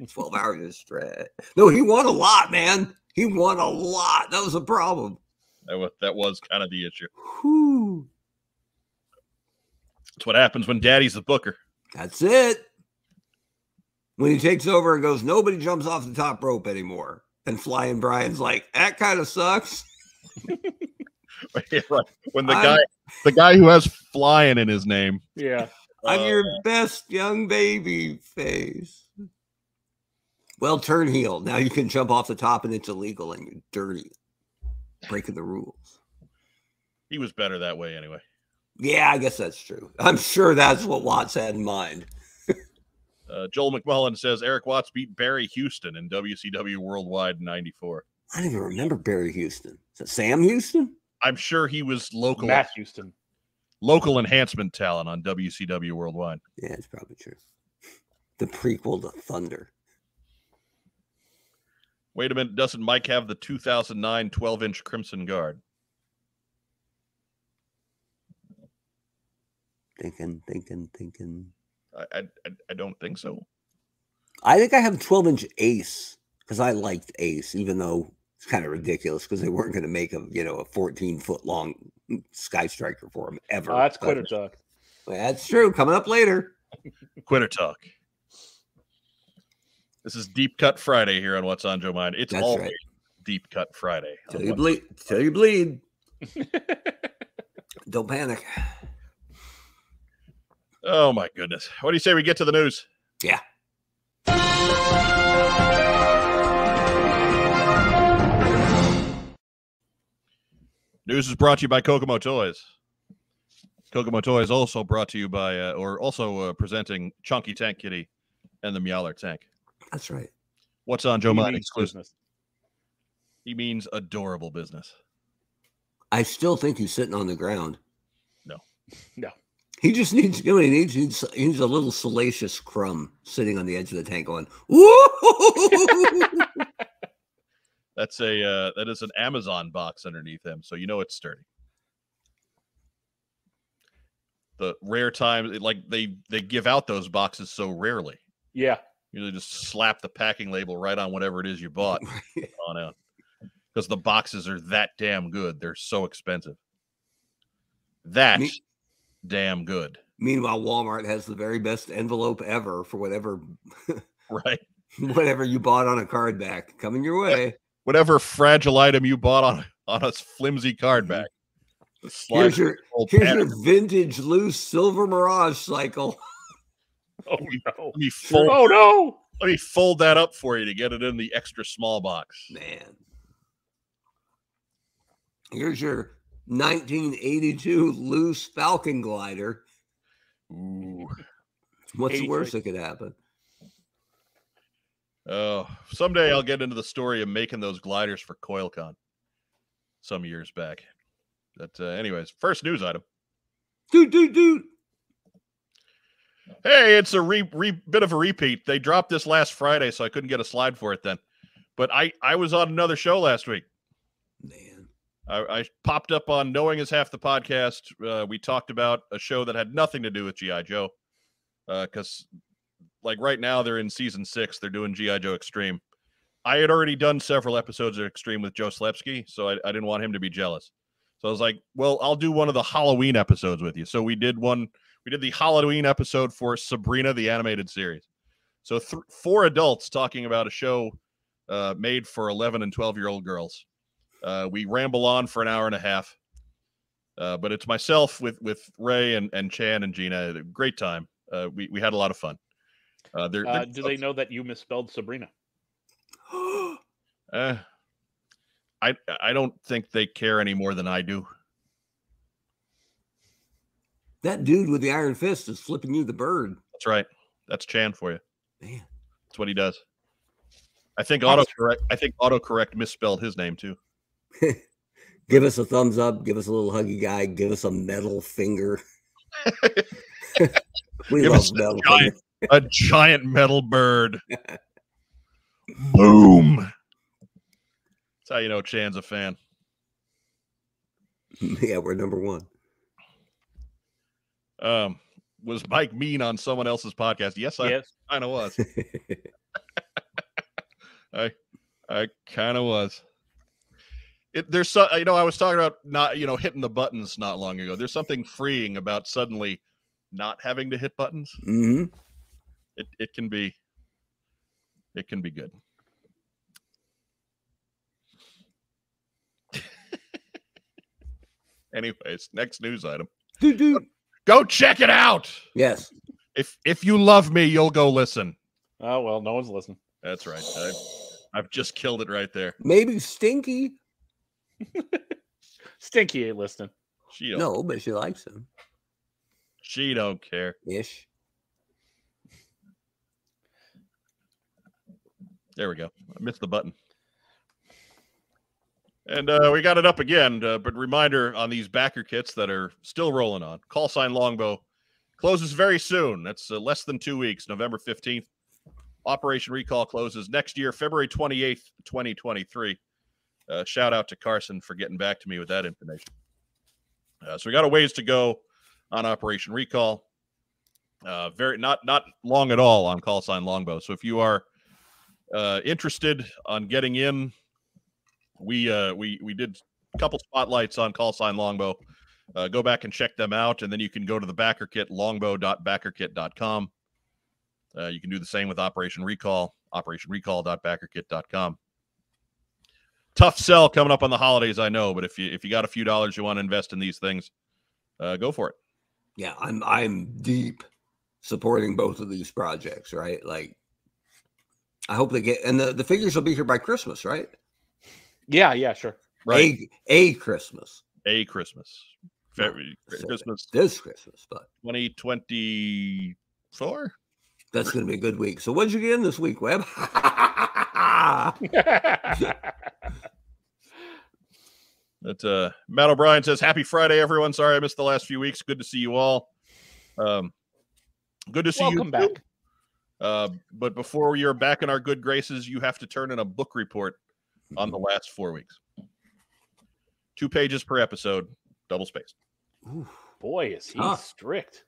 A: Twelve hours is straight. No, he won a lot, man. He won a lot. That was a problem.
B: That was that was kind of the issue.
A: Whew.
B: It's what happens when Daddy's the booker.
A: That's it. When he takes over and goes, nobody jumps off the top rope anymore. And Flying Brian's like, that kind of sucks.
B: Yeah, right. when the
A: I'm-
B: guy the guy who has flying in his name.
C: yeah,
A: I'm
B: uh,
A: your best young baby face. Well, turn heel. Now you can jump off the top and it's illegal and you're dirty. Breaking the rules.
B: he was better that way anyway.
A: Yeah, I guess that's true. I'm sure that's what Watts had in mind.
B: Uh, Joel McMullen says Eric Watts beat Barry Houston in WCW Worldwide '94.
A: I don't even remember Barry Houston. Is it Sam Houston?
B: I'm sure he was local
C: Matt Houston.
B: local enhancement talent on WCW Worldwide.
A: Yeah, it's probably true. The prequel to Thunder.
B: Wait a minute, doesn't Mike have the 2009 12 inch Crimson Guard?
A: Thinking, thinking, thinking.
B: I I, I- I don't think so.
A: I think I have 12 inch Ace because I liked Ace, even though it's kind of ridiculous because they weren't going to make a you know a 14 foot long Sky Striker for him ever.
C: Oh, that's
A: but-
C: quitter talk.
A: That's true. Coming up later.
B: Quitter talk. This is Deep Cut Friday here on What's on Joe Mind. It's
A: That's
B: always
A: right.
B: Deep Cut Friday. on
A: Till you
B: What's-
A: bleed. Till you bleed. Don't panic.
B: Oh my goodness. What do you say we get to the news?
A: Yeah.
B: News is brought to you by Kokomo Toys. Kokomo Toys also brought to you by, uh, or also uh, presenting Chunky Tank Kitty and the Meowler Tank.
A: That's right.
B: What's on Joe
C: He
B: Mine
C: means
B: exclusive?
C: business.
B: He means adorable business.
A: I still think he's sitting on the ground.
B: No.
C: No.
A: He just needs, you know, what he needs, he needs, he needs a little salacious crumb sitting on the edge of the tank going, woo!
B: That's a uh, that is an Amazon box underneath him, so you know it's sturdy. The rare times, like they they give out those boxes so rarely.
C: Yeah.
B: Usually, just slap the packing label right on whatever it is you bought on out, because the boxes are that damn good. They're so expensive. That
A: Me-
B: damn good,
A: Meanwhile, Walmart has the very best envelope ever for whatever
B: right?
A: whatever you bought on a card back coming your way.
B: Whatever fragile item you bought on on a flimsy card
A: Mhm.
B: back.
A: Here's
B: Slides
A: your
B: old
A: here's
B: pattern.
A: your vintage loose silver mirage cycle.
C: Oh no.
B: Let me fold
C: Oh no.
B: Let me fold that up for you to get it in the extra small box.
A: Man. Here's your 1982 loose Falcon glider.
B: Ooh.
A: What's the
C: 83.
A: worst that could happen?
B: Oh, someday I'll get into the story of making those gliders for CoilCon some years back. But, uh, anyways, first news item.
A: Dude, dude, dude.
B: Hey, it's a re, re bit of a repeat. They dropped this last Friday, so I couldn't get a slide for it then. But I, I was on another show last week.
A: Man.
B: I, I popped up on Knowing is Half the Podcast. Uh, we talked about a show that had nothing to do with G.I. Joe. Because, like, right now they're in season six, they're doing G.I. Joe Extreme. I had already done several episodes of Extreme with Joe Slepsky, so I, I didn't want him to be jealous. So I was like, well, I'll do one of the Halloween episodes with you. So we did one, we did the Halloween episode for Sabrina, the animated series. So th- four adults talking about a show uh, made for 11 and 12 year old girls. Uh, we ramble on for an hour and a half, uh, but it's myself with with Ray and, and Chan and Gina. A Great time. Uh, we we had a lot of fun. Uh, they're,
C: Uh,
B: they're-
C: do they know that you misspelled Sabrina?
B: Uh, I I don't think they care any more than I do.
A: that dude with the iron fist is flipping you the bird.
B: That's right. That's Chan for you.
A: Man.
B: That's what he does. I think
C: That was-
B: autocorrect. I think autocorrect misspelled his name too.
A: Give us a thumbs up. Give us a little huggy guy. Give us a metal finger. we
B: Give
A: love
B: us a
A: metal
B: giant
A: fingers.
B: a giant metal bird. Boom. That's how you know Chan's a fan.
A: Yeah, we're number one.
B: Um, was Mike mean on someone else's podcast? Yes, I
C: yes.
B: kind of was. I, I kind of was. It, there's so you know I was talking about not you know hitting the buttons not long ago. There's something freeing about suddenly not having to hit buttons.
A: hmm
B: It it can be, it can be good. Anyways, next news item.
A: Dude, dude.
B: Go check it out.
A: Yes.
B: If if you love me, you'll go listen.
C: Oh well, no one's listening.
B: That's right. I've, I've just killed it right there.
A: Maybe Stinky.
C: Stinky ain't listening.
B: She don't,
A: No, but she likes him.
B: she don't care.
A: Ish.
B: There we go. I missed the button. And uh, we got it up again. Uh, but reminder on these backer kits that are still rolling on. Call sign Longbow closes very soon. That's uh, less than two weeks, November 15th. Operation Recall closes next year, February 28th, 2023. Uh, shout out to Carson for getting back to me with that information. Uh, so we got a ways to go on Operation Recall. Uh, very not not long at all on call sign Longbow. So if you are uh, interested on getting in, we uh, we we did a couple spotlights on call sign Longbow. Uh, go back and check them out, and then you can go to the backer kit longbow.backerkit.com. Uh, you can do the same with Operation Recall, operationrecall.backerkit.com. Tough sell coming up on the holidays, I know, but if you if you got a few dollars you want to invest in these things, uh, go for it.
A: Yeah, I'm I'm deep supporting both of these projects, right? Like I hope they get and the, the figures will be here by Christmas, right?
C: Yeah, yeah, sure.
B: Right,
A: A, a Christmas.
B: a Christmas February, Christmas
A: this Christmas, but
B: 2024.
A: that's going to be a good week. So, what'd you get in this week, Webb?
B: That uh, Matt O'Brien says, "Happy Friday, everyone. Sorry I missed the last few weeks. Good to see you all. Um, good to see you
C: Welcome
B: too.
C: back.
B: Uh, but before you're back in our good graces, you have to turn in a book report on the last four weeks. Two pages per episode, double spaced.
A: Ooh.
C: Boy, is he
A: Ah.
C: strict.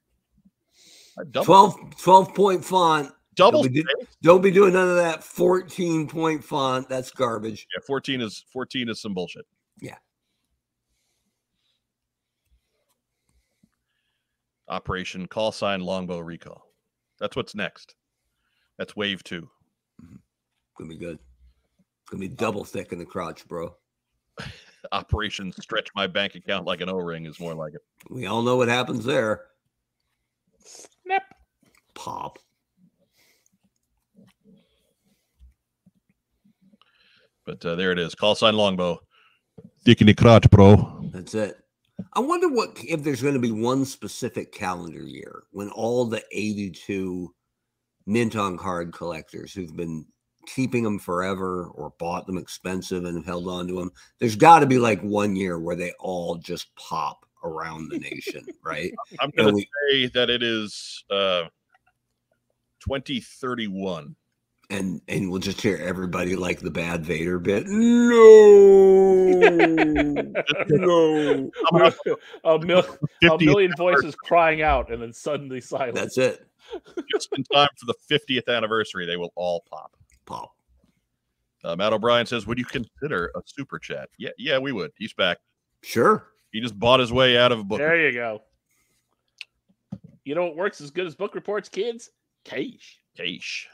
B: I Double,
A: 12, 12 point font.
B: Uh, double
A: we did-
B: spaced?
A: Don't be doing none of that 14 point font. That's garbage.
B: Yeah, fourteen is fourteen is some bullshit.
A: Yeah.
B: Operation Call Sign Longbow Recall. That's what's next. That's wave two.
A: Gonna be good. Gonna be double thick in the crotch, bro.
B: Operation Stretch My Bank Account Like an O Ring is more like it.
A: We all know what happens there.
C: Snap.
A: Pop.
B: But uh, there it is. Call Sign Longbow. Dick in the crotch, bro.
A: That's it. I wonder what if there's going to be one specific calendar year when all the 82 mint on card collectors who've been keeping them forever or bought them expensive and have held on to them, there's got to be like one year where they all just pop around the nation, right?
B: I'm
A: And
B: going to
A: we,
B: say that it is uh, 2031.
A: and and we'll just hear everybody like the bad Vader bit. "Mm, No, no.
C: a, mil- a
B: 50
C: million voices crying out and then suddenly silence.
A: That's it.
B: just in time for the 50th anniversary, they will all pop.
A: Pop.
B: Uh, Matt O'Brien says, "Would you consider a super chat?" Yeah, yeah, we would. He's back.
A: Sure.
B: He just bought his way out of a book.
C: There you go. You know what works as good as book reports, kids? Cash.
B: Cash.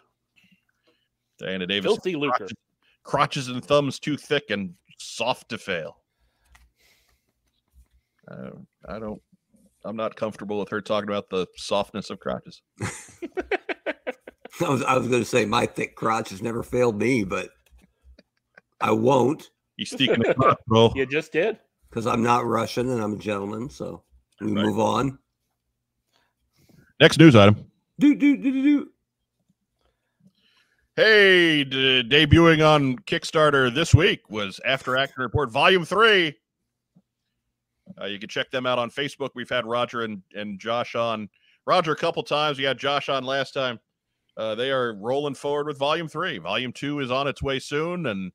B: Diana Davis,
C: Filthy lucre.
B: crotches, crotches and thumbs too thick and soft to fail. I don't, I don't. I'm not comfortable with her talking about the softness of crotches.
A: I was, I was going to say my thick crotch has never failed me, but I won't
B: He's sneaking the crotch, bro.
C: You just did?
A: because I'm not Russian and I'm a gentleman. So we
B: Right.
A: move on.
B: Next news item.
A: Do do do do do.
B: Hey, d- debuting on Kickstarter this week was After Action Report Volume 3. Uh, you can check them out on Facebook. We've had Roger and, and Josh on. Roger a couple times. We had Josh on last time. Uh, they are rolling forward with Volume 3. Volume 2 is on its way soon, and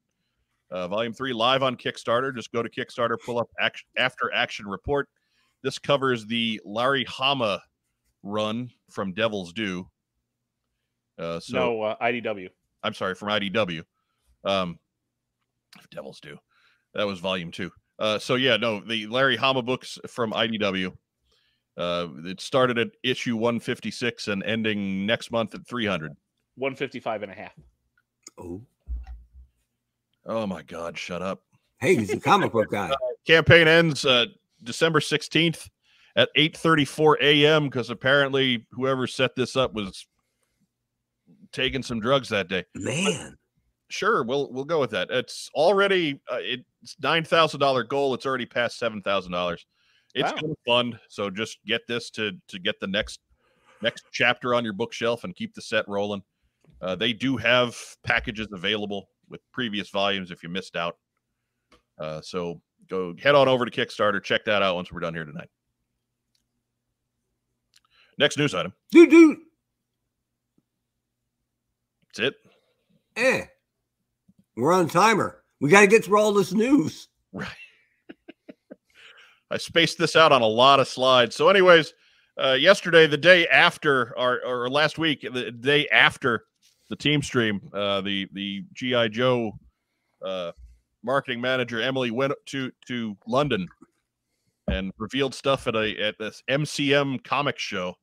B: uh, Volume 3 live on Kickstarter. Just go to Kickstarter, pull up action, After Action Report. This covers the Larry Hama run from Devil's Due. Uh, so
C: no, uh, IDW.
B: I'm sorry, from IDW. Um, if Devils do. That was volume two. Uh, so yeah, no, the Larry Hama books from IDW. Uh, it started at issue 156 and ending next month at 300.
C: 155 and a half.
A: Oh,
B: Oh my God, shut up.
A: hey, he's a comic book guy.
B: Campaign ends uh, December 16th at 8:34 a.m. because apparently whoever set this up was taking some drugs that day.
A: Man,
B: sure we'll we'll go with that it's already uh, it's nine thousand dollar goal it's already past seven thousand dollars it's
C: Wow.
B: gonna fund so just get this to to get the next next chapter on your bookshelf and keep the set rolling uh, they do have packages available with previous volumes if you missed out uh, so go head on over to kickstarter check that out once we're done here tonight next news item
A: do do.
B: that's it
A: Eh, we're on timer. We got to get through all this news.
B: Right. I spaced this out on a lot of slides. So, anyways, uh, yesterday, the day after, or, or last week, the day after the team stream, uh, the the GI Joe uh, marketing manager Emily went up to to London and revealed stuff at a at this MCM comic show.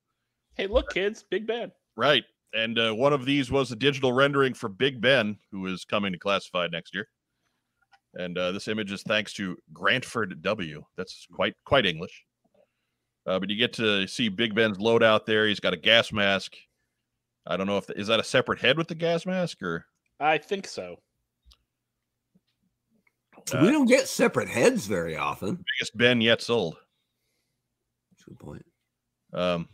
C: Hey, look, kids, Big Ben.
B: Right. And uh, one of these was a digital rendering for Big Ben, who is coming to Classified next year. And uh, this image is thanks to Grantford W. That's quite quite English. Uh, but you get to see Big Ben's loadout there. He's got a gas mask. I don't know if is that a separate head with the gas mask or
C: I think so.
A: we
B: Uh,
A: don't get separate heads very often.
B: biggest Ben yet sold.
A: a good point.
B: Um,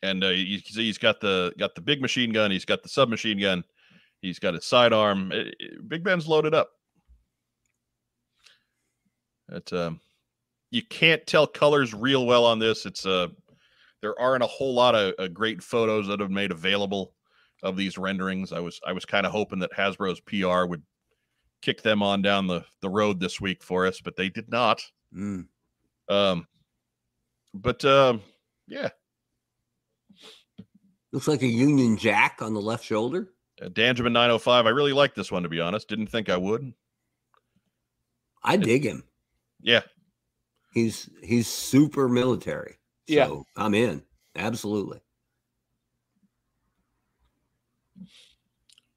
B: and uh, he- he's, he's got the got the big machine gun. He's got the submachine gun. He's got his sidearm. I- I- big Ben's loaded up. But um, you can't tell colors real well on this. It's uh, there aren't a whole lot of uh, great photos that have made available of these renderings. I was I was kind of hoping that Hasbro's PR would kick them on down the the road this week for us, but they did not.
A: Mm.
B: Um, but um, yeah,
A: Looks like a Union Jack on the left shoulder.
B: uh, Danjamin 905. I really like this one to be honest. Didn't think I would.
A: I dig him.
B: Yeah,
A: He's he's super military. So
C: Yeah.
A: I'm in. Absolutely.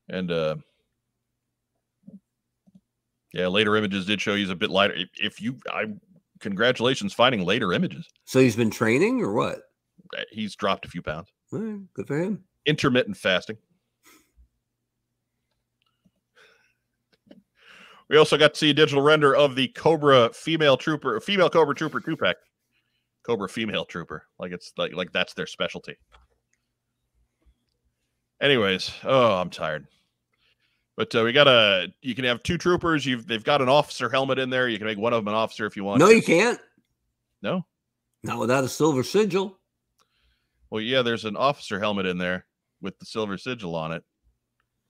B: and uh, yeah, later images did show he's a bit lighter. If, if you, I congratulations finding later images.
A: So he's been training or what?
B: Uh, He's dropped a few pounds.
A: All right, good for him.
B: Intermittent fasting. We also got to see a digital render of the Cobra female trooper, female Cobra trooper two pack. Cobra female trooper, like it's like like that's their specialty. Anyways, oh, I'm tired. But uh, we got a. You can have two troopers. You've they've got an officer helmet in there. You can make one of them an officer if you want.
A: No,
B: to.
A: you can't.
B: No.
A: Not without a silver sigil.
B: Well, yeah, there's an officer helmet in there with the silver sigil on it.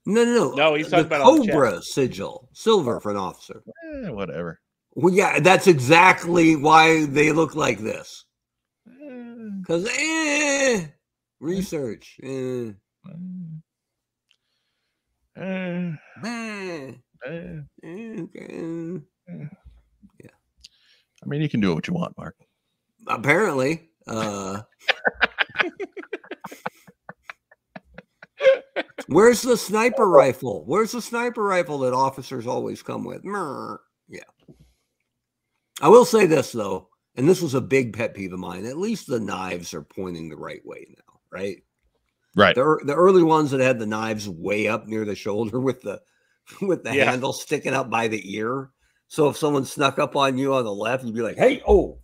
A: No, no, no.
C: No, he's
A: the
C: talking about on the chest.
A: Cobra sigil, silver for an officer.
B: Eh, whatever.
A: Well, yeah, that's exactly why they look like this.
B: Eh.
A: Because eh, research. Eh,
B: Eh,
A: meh,
B: eh.
A: eh, okay.
B: I mean, you can do what you want, Mark.
A: Apparently. Uh, where's the sniper rifle? Where's the sniper rifle that officers always come with? Mer. Yeah. I will say this, though, and this was a big pet peeve of mine. At least the knives are pointing the right way now, right?
B: Right.
A: The, ear- the early ones that had the knives way up near the shoulder with the with the
C: Yeah.
A: handle sticking up by the ear. So if someone snuck up on you on the left, you'd be like, "Hey, oh!"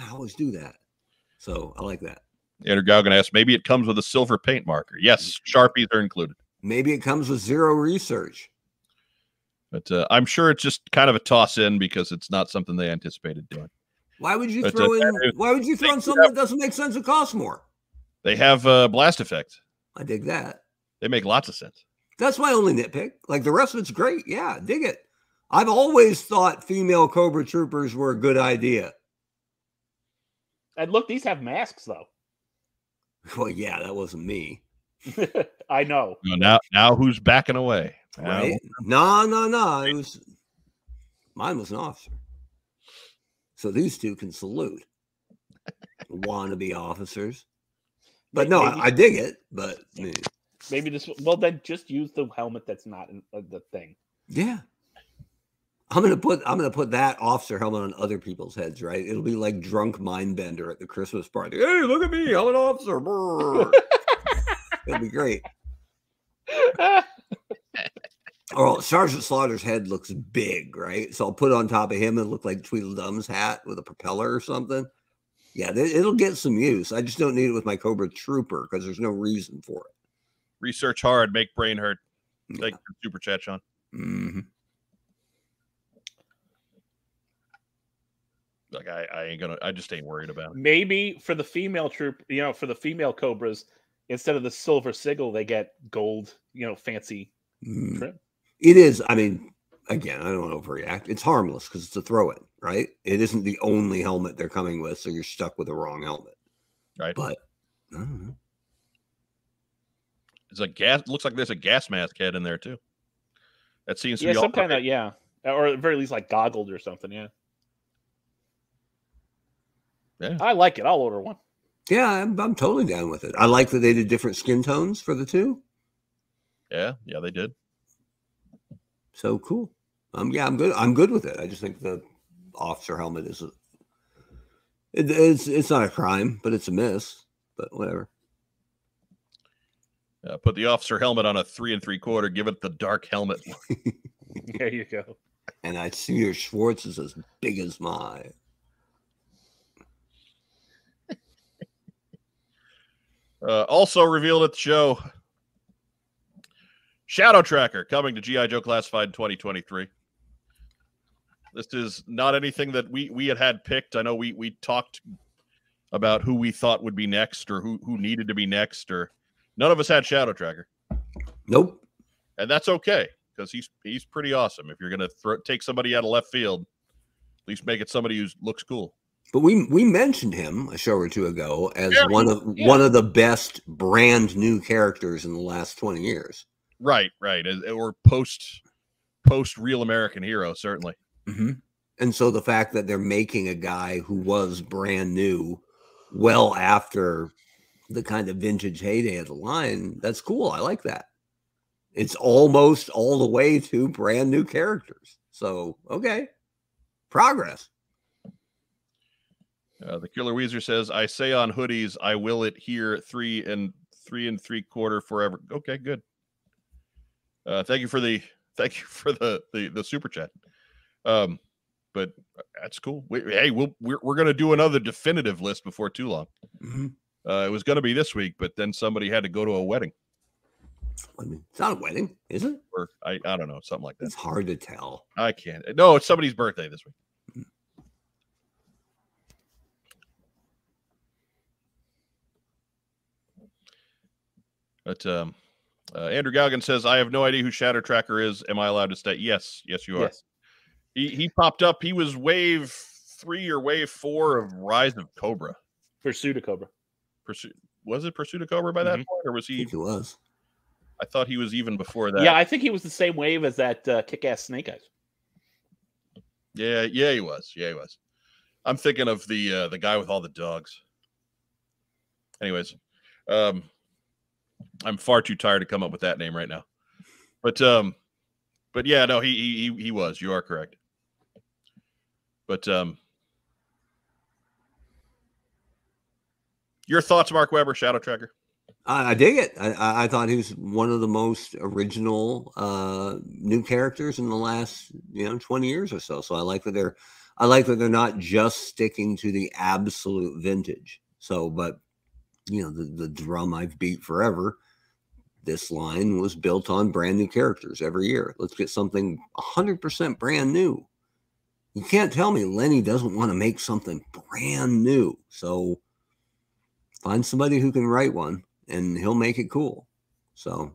A: I always do that. So I like that.
B: Andrew Galgan asks, maybe it comes with a silver paint marker. Yes, Sharpies are included.
A: Maybe it comes with zero research.
B: But uh, I'm sure it's just kind of a toss in because it's not something they anticipated doing.
A: Why would you
B: But, uh,
A: throw in?
B: that is-
A: Why would you throw in
B: Thank you,
A: something that doesn't make sense and costs more?
B: They have uh, blast effects,
A: I dig that.
B: they make lots of sense.
A: That's my only nitpick. Like the rest of it's great. Yeah, dig it. I've always thought female Cobra troopers were a good idea.
C: And look, these have masks though.
A: Well, yeah, that wasn't me.
C: I know.
B: You know, now, now who's backing away? Now-
A: Right? No, no, no. It was mine was an officer. So these two can salute. Wannabe officers. But no, I, I dig it. But mm. I mean,
C: Maybe this. Well, then just use the helmet that's not in, uh, the thing.
A: yeah. I'm gonna put I'm gonna put that officer helmet on other people's heads, right? It'll be like drunk mind bender at the Christmas party. Hey, look at me, I'm an officer. brr." It'll be great. Oh, Sergeant Slaughter's head looks big, right? So I'll put it on top of him and look like Tweedledum's hat with a propeller or something. Yeah, th- it'll get some use. I just don't need it with my Cobra Trooper because there's no reason for
B: Research hard, make brain hurt.
A: it.
B: Thank you for the super chat, Sean.
A: Mhm.
B: Like, I, I ain't gonna, I just ain't worried about it.
C: Maybe for the female troop, you know, for the female cobras, instead of the silver sigil, they get gold, you know, fancy.
A: Mm.
C: Trip.
A: It is. I mean, again, I don't want to overreact. It's harmless because it's a throw-in, right? It isn't the only helmet they're coming with, so you're stuck with the wrong helmet.
B: Right.
A: But I don't know.
B: It's a gas, looks like there's a gas mask head in there too. That seems to
C: yeah,
B: be
C: some
B: all.
C: kind of yeah, or at very least like goggled or something. Yeah.
B: Yeah.
C: I like it. I'll order one.
A: Yeah, I'm, I'm totally down with it. I like that they did different skin tones for the two.
B: yeah, yeah, they did.
A: So cool. Um, yeah, I'm good. I'm good with it. I just think the officer helmet is a, it, it's it's not a crime, but it's a miss. But whatever.
B: Uh, put the officer helmet on a three and three quarter. Give it the dark helmet. look.
C: There you go.
A: And I see your Schwartz is as big as mine.
B: Uh, also revealed at the show, Shadow Tracker coming to GI Joe Classified in 2023. This is not anything that we we had had picked. I know we we talked about who we thought would be next or who who needed to be next or none of us had Shadow Tracker
A: Nope.
B: and that's okay because he's he's pretty awesome. If you're gonna throw, take somebody out of left field, at least make it somebody who looks cool.
A: But we we mentioned him a show or two ago as
B: Yeah,
A: one of
C: yeah.
A: one of the best brand new characters in the last twenty years.
B: Right, right, as- or post post real American hero certainly. Mm-hmm.
A: And so the fact that they're making a guy who was brand new, well after the kind of vintage heyday of the line, that's cool. I like that. It's almost all the way to brand new characters. So okay, progress.
B: Uh, the Killer Weezer says, "I say on hoodies, I will it here three and three and three quarter forever." Okay, good. Uh, thank you for the thank you for the the, the super chat. Um, but that's cool. We, hey, we'll, we're we're gonna do another definitive list before too long.
A: Mhm.
B: Uh, it was going to be this week, but then somebody had to go to a wedding,
A: I mean, it's not a wedding, is it?
B: or I, I don't know, something like that.
A: It's hard to tell.
B: I can't. No, it's somebody's birthday this week. But um, uh, Andrew Galgan says, "I have no idea who Shatter Tracker is. Am I allowed to stay?" Yes, yes, you are.
C: Yes.
B: He he popped up. He was wave three or wave four of Rise of Cobra.
C: For Pseudocobra.
B: Pursuit was it Pursuit of Cobra by that
C: Mhm.
B: point, or was
A: I
B: he?
A: think it was.
B: I thought he was even before that.
C: Yeah, I think he was the same wave as that uh, kick-ass Snake Eyes.
B: Yeah, yeah, he was. Yeah, he was. I'm thinking of the uh, the guy with all the dogs. Anyways, um, I'm far too tired to come up with that name right now. But um, but yeah, no, he he he- he was. You are correct. But um, your thoughts, Mark Weber, Shadow Tracker.
A: I, I dig it. I- I, I thought he was one of the most original uh, new characters in the last you know twenty years or so. So I like that they're I like that they're not just sticking to the absolute vintage. So, but you know the the drum I've beat forever. This line was built on brand new characters every year. Let's get something hundred percent brand new. You can't tell me Lenny doesn't want to make something brand new. So find somebody who can write one and he'll make it cool. So,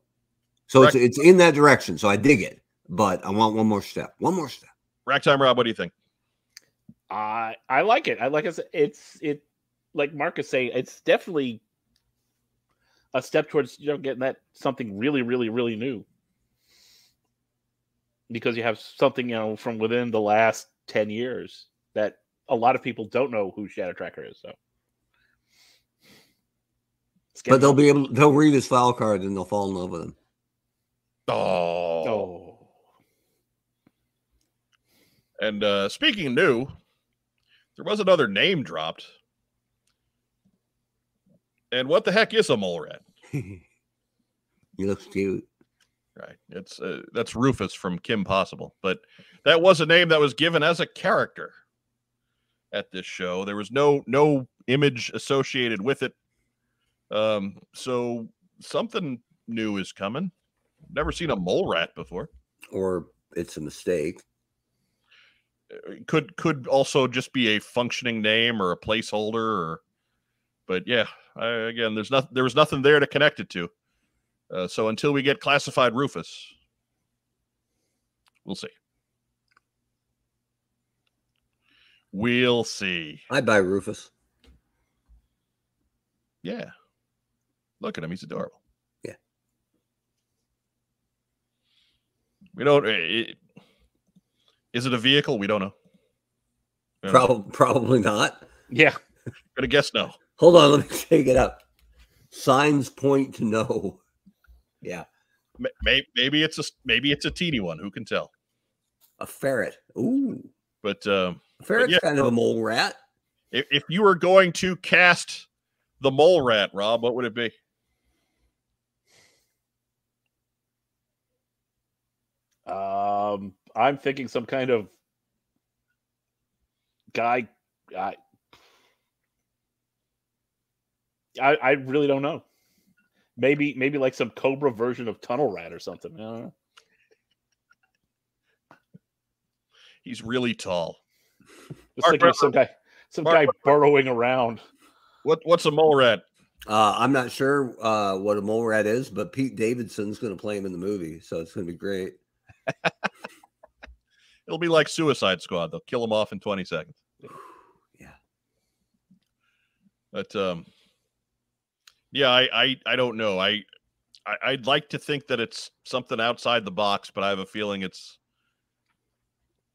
A: so it's, it's in that direction. So I dig it, but I want one more step. One more step.
B: Ragtime Rob, what do you think?
C: I I like it. I like it. It's it like Marcus saying it's definitely a step towards you know getting that something really really really new because you have something you know from within the last ten years that a lot of people don't know who Shadow Tracker is. So, It's
A: But
C: getting
A: they'll be able. They'll read his file card and they'll fall in love with him.
C: old.
B: Oh,
C: oh
B: and uh, speaking of new, there was another name dropped. And what the heck is a mole rat?
A: he looks cute.
B: Right. It's uh, that's Rufus from Kim Possible, but that was a name that was given as a character at this show. There was no no image associated with it. Um, so something new is coming. Never seen a mole rat before.
A: Or it's a mistake.
B: It could could also just be a functioning name or a placeholder or but yeah, I, again, there's not there was nothing there to connect it to. Uh, so until we get classified Rufus, we'll see. We'll see.
A: I buy Rufus.
B: Yeah. Look at him. He's adorable.
A: Yeah.
B: We don't. i- i- Is it a vehicle? We don't know. We don't know.
A: Probably, probably not.
C: yeah,
B: Gonna guess no.
A: Hold on. Let me take it up. Signs point to no. Yeah,
B: M- may- Maybe it's a s- maybe it's a teeny one. Who can tell?
A: a ferret. Ooh,
B: But um,
A: a ferret's
B: yeah.
A: kind of a mole rat.
B: if, if you were going to cast the mole rat, Rob, what would it be?
C: Um, I'm thinking some kind of guy. I I, I really don't know. Maybe maybe like some Cobra version of Tunnel Rat or something. I don't know.
B: He's really tall.
C: Just
B: Mark
C: thinking of some guy some
B: Mark
C: guy burrowing around.
B: What what's a mole rat?
A: Uh, I'm not sure uh, what a mole rat is, but Pete Davidson's going to play him in the movie, so it's going to be great.
B: It'll be like Suicide Squad. They'll kill him off in 20 seconds.
A: Yeah.
B: But um yeah, I I, I don't know. I, I I'd like to think that it's something outside the box, but I have a feeling it's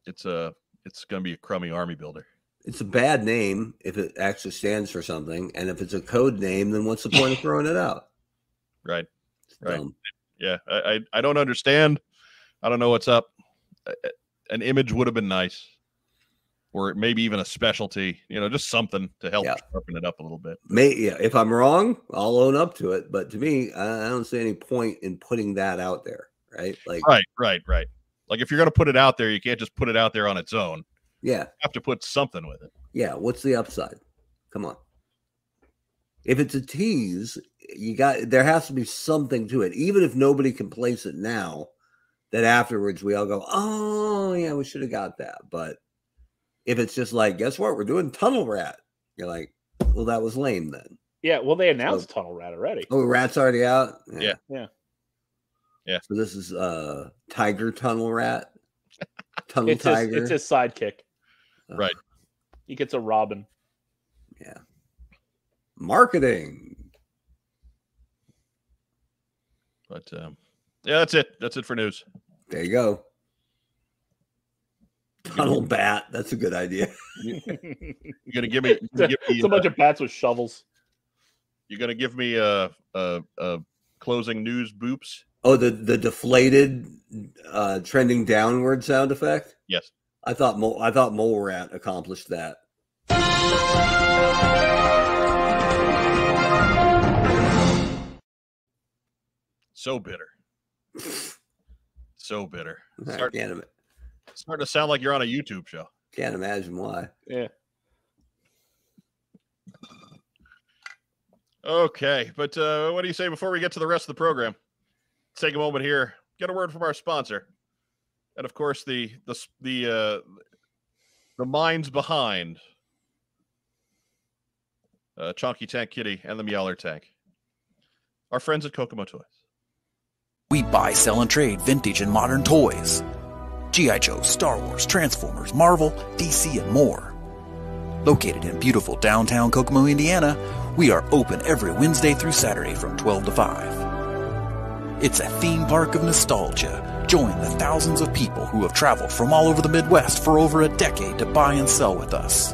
B: it's a it's gonna be a crummy army builder.
A: It's a bad name if it actually stands for something, and if it's a code name, then what's the point of throwing it out?
B: Right.
A: It's
B: Right.
A: dumb.
B: Yeah. I I, I don't understand. I don't know what's up. I- I- An image would have been nice. Or maybe even a specialty, you know, just something to help
A: Yeah.
B: sharpen it up a little bit.
A: May, yeah, if I'm wrong, I'll own up to it. But to me, I, I don't see any point in putting that out there, right? Like,
B: Right, right, right. Like if you're gonna put it out there, you can't just put it out there on its own.
A: yeah,
B: You have to put something with it.
A: yeah. What's the upside? Come on. If it's a tease, you got there has to be something to it, even if nobody can place it now. That afterwards we all go, oh yeah, we should have got that. But if it's just like, guess what, we're doing Tunnel Rat, you're like, well, that was lame then.
C: Yeah, well they announced Tunnel Rat already.
A: Oh, rat's already out.
B: Yeah.
C: Yeah.
B: Yeah.
A: So this is uh tiger tunnel rat, tunnel
C: It's his,
A: tiger.
C: it's his sidekick.
B: Right.
C: He gets a robin.
A: Marketing.
B: But um, yeah, that's it. That's it for news.
A: There you go. Tunnel bat. That's a good idea.
C: it's
B: You're gonna give me. You're gonna give me,
C: a
B: uh,
C: bunch of bats with shovels.
B: you're gonna give me uh, uh, uh, closing news boops.
A: Oh, the the deflated, uh trending downward sound effect.
B: Yes.
A: I thought mole. I thought mole rat accomplished that.
B: So bitter. So bitter.
A: I
B: Start,
A: can't, im-
B: starting to sound like you're on a YouTube show.
A: can't imagine why.
B: Okay, but uh, what do you say before we get to the rest of the program? Let's take a moment here, get a word from our sponsor, and of course the the s- the uh, the minds behind uh, Chonky Tank Kitty and the Meowler Tank, our friends at Kokomo Toys.
E: We buy, sell, and trade vintage and modern toys. G.I. Joe, Star Wars, Transformers, Marvel, DC, and more. Located in beautiful downtown Kokomo, Indiana, we are open every Wednesday through Saturday from 12 to 5. It's a theme park of nostalgia. Join the thousands of people who have traveled from all over the Midwest for over a decade to buy and sell with us.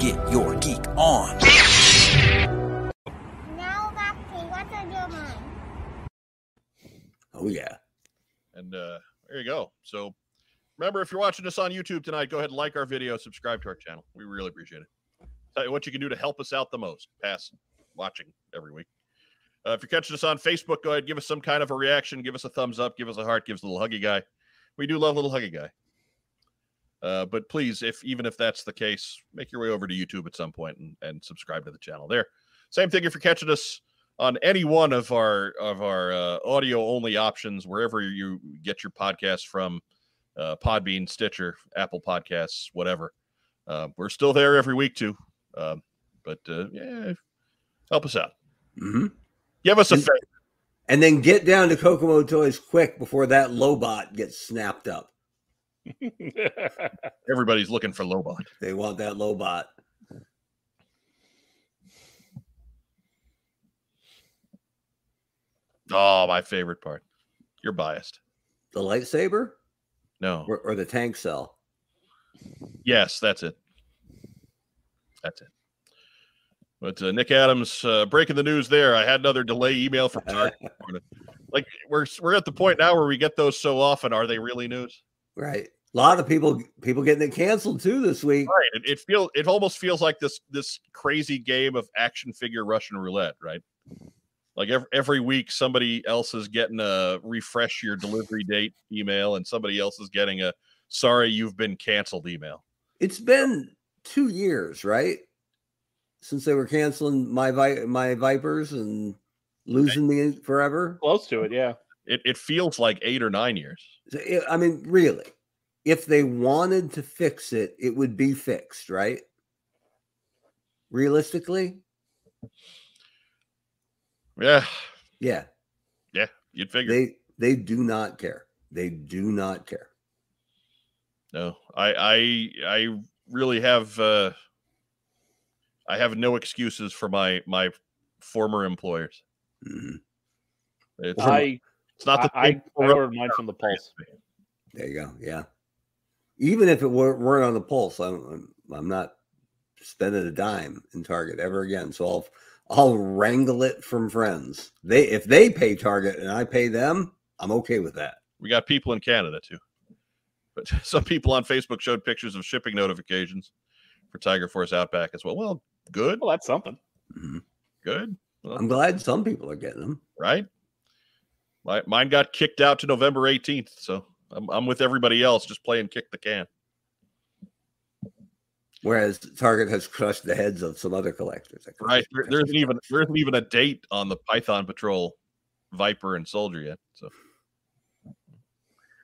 E: Get your geek on.
F: Now back to what's on your mind?
A: Oh yeah.
B: And uh, there you go. So remember, if you're watching us on YouTube tonight, go ahead and like our video, subscribe to our channel. We really appreciate it. Tell you what you can do to help us out the most, past watching every week. Uh, if you're catching us on Facebook, go ahead, give us some kind of a reaction, give us a thumbs up, give us a heart, give us a little huggy guy. We do love little huggy guy. Uh, but please, if even if that's the case, make your way over to YouTube at some point and, and subscribe to the channel there. Same thing if you're catching us on any one of our of our uh, audio only options wherever you get your podcast from uh, podbean stitcher apple podcasts whatever uh, we're still there every week too um, but uh, yeah help us out
A: hmm
B: give us a
A: And-
B: favor
A: And then get down to Kokomo Toys quick before that Lobot gets snapped up.
B: everybody's looking for lobot
A: They want that Lobot.
B: oh my favorite part you're biased
A: The lightsaber
B: no
A: or, or the tank cell?
B: yes that's it that's it but uh, Nick Adams uh, breaking the news there. I had another delay email from Target. this morning. like we're we're at the point now where we get those so often. Are they really news?
A: Right. A lot of people people getting it canceled too this week.
B: Right. It, it feels it almost feels like this this crazy game of action figure Russian roulette. Right. Like every, every week, somebody else is getting a refresh your delivery date email, and somebody else is getting a sorry you've been canceled email.
A: It's been two years, right? Since they were canceling my Vi- my Vipers and losing me forever.
C: Close to it, yeah.
B: It, it feels like eight or nine years.
A: So, i- I mean, really, if they wanted to fix it, it would be fixed, right? Realistically,
B: Yeah,
A: yeah,
B: you'd figure.
A: they they do not care. They do not care.
B: No, I I I really have uh I have no excuses for my my former employers.
A: Mhm.
B: It's,
C: I
B: it's not the
C: I, I,
B: same
C: I
B: corrupt-
C: ordered mine from the Pulse.
A: There you go. Yeah. Even if it were, weren't on the pulse, I'm, I'm I'm not spending a dime in Target ever again. So I'll I'll wrangle it from friends. They if they pay Target and I pay them, I'm okay with that.
B: we got people in Canada too. But some people on Facebook showed pictures of shipping notifications for Tiger Force Outback as well. Well, good,
C: Well, Oh, that's something.
A: Mhm.
B: good,
A: I'm glad some people are getting them.
B: right? My, mine got kicked out to November 18th, so I'm, I'm with everybody else just playing kick the can.
A: Whereas Target has crushed the heads of some other collectors. Like,
B: Right. There, there isn't even there isn't even a date on the Python Patrol Viper and Soldier yet. So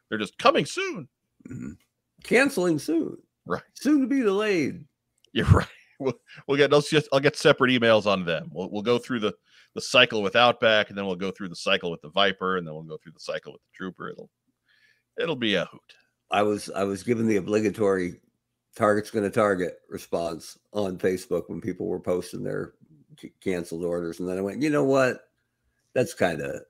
B: they're just coming soon.
A: Mhm. canceling soon.
B: Right.
A: Soon to be delayed.
B: You're right. We'll, we'll get I'll, just, I'll get separate emails on them. We'll, we'll go through the the cycle with Outback, and then we'll go through the cycle with the Viper, and then we'll go through the cycle with the Trooper. It'll it'll be a hoot.
A: I was I was given the obligatory target's going to target response on Facebook when people were posting their c- canceled orders, and then I went, you know what? That's kind of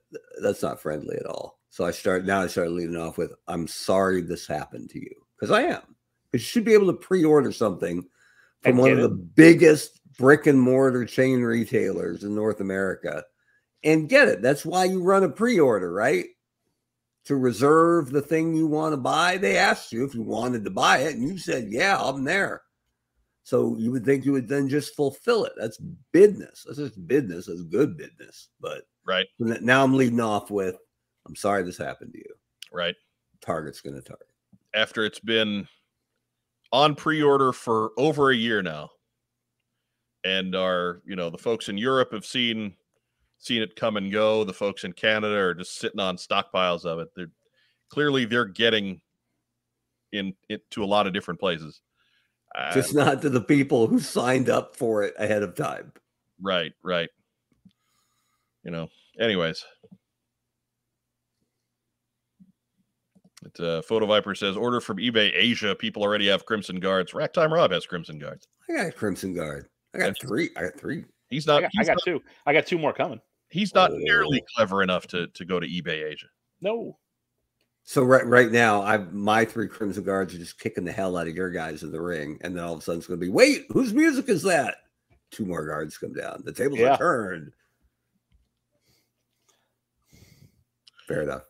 A: that's not friendly at all. So I start now. I started leading off with, "I'm sorry this happened to you," because I am. Because you should be able to pre-order something from
C: And
A: one
C: get
A: of the biggest brick and mortar chain retailers in North America and get it. That's why you run a pre-order, right? to reserve the thing you want to buy. They asked you if you wanted to buy it, and you said, Yeah, I'm there. So you would think you would then just fulfill it. That's business. That's just business. That's good business. But
B: Right.
A: n- now I'm leading off with, I'm sorry this happened to you.
B: Right.
A: Target's going to target.
B: after it's been on pre-order for over a year now and are you know the folks in europe have seen seen it come and go the folks in canada are just sitting on stockpiles of it they're clearly they're getting in it to a lot of different places Uh,
A: Just not to the people who signed up for it ahead of time.
B: right right you know anyways it, uh, photo viper says order from ebay asia people already have crimson guards rack time rob has crimson guards
A: I got a Crimson Guard. I got
B: That's-
A: three. I got three.
B: He's
C: I
B: not.
C: got, I
B: he's,
C: got
B: not
C: two. I got two more coming.
B: he's not nearly
A: Oh.
B: clever enough to to go to eBay Asia.
C: No,
A: So right right now, I my three Crimson Guards are just kicking the hell out of your guys in the ring, and then all of a sudden it's going to be wait, whose music is that? Two more guards come down. The tables
C: Yeah.
A: are turned. Fair enough,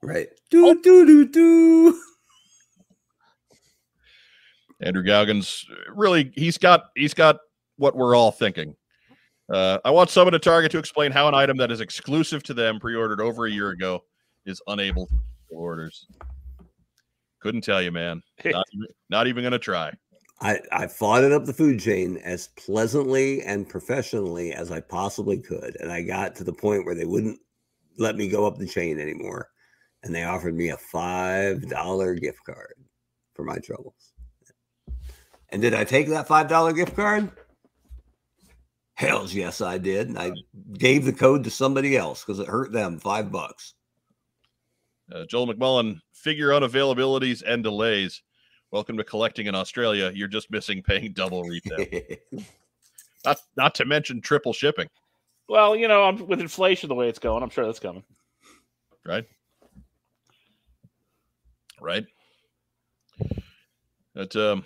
A: right? Do do do do.
B: Andrew Gaugens really he's got he's got what we're all thinking. Uh, I want someone at Target to explain how an item that is exclusive to them, pre-ordered over a year ago, is unable to fulfill orders. Couldn't tell you, man. Not, even- not even gonna try.
A: I I fought it up the food chain as pleasantly and professionally as I possibly could, and I got to the point where they wouldn't let me go up the chain anymore, and they offered me a five dollar gift card for my troubles. And did I take that five dollar gift card? Hell's yes, I did. And I gave the code to somebody else because it hurt them five bucks.
B: Uh, Joel McMullen, figure unavailabilities and delays. Welcome to collecting in Australia. You're just missing paying double retail. not, not to mention triple shipping.
C: well, you know, I'm, with inflation the way it's going, I'm sure that's coming.
B: right? But um,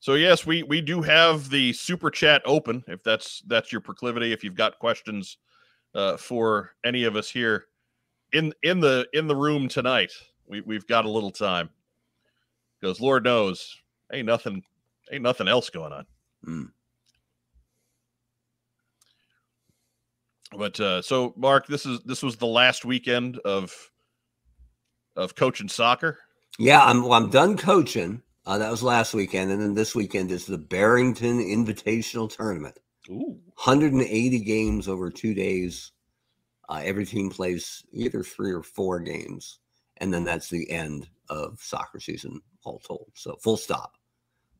B: so yes, we we do have the super chat open. If that's that's your proclivity, if you've got questions uh, for any of us here in in the in the room tonight, we we've got a little time because Lord knows ain't nothing ain't nothing else going on.
A: Mm.
B: But uh, so Mark, this is this was the last weekend of of coaching soccer.
A: Yeah, I'm well, I'm done coaching. Uh, that was last weekend, and then this weekend is the Barrington Invitational Tournament.
C: Ooh.
A: 180 games over two days. Uh, every team plays either three or four games, and then that's the end of soccer season, all told. So full stop.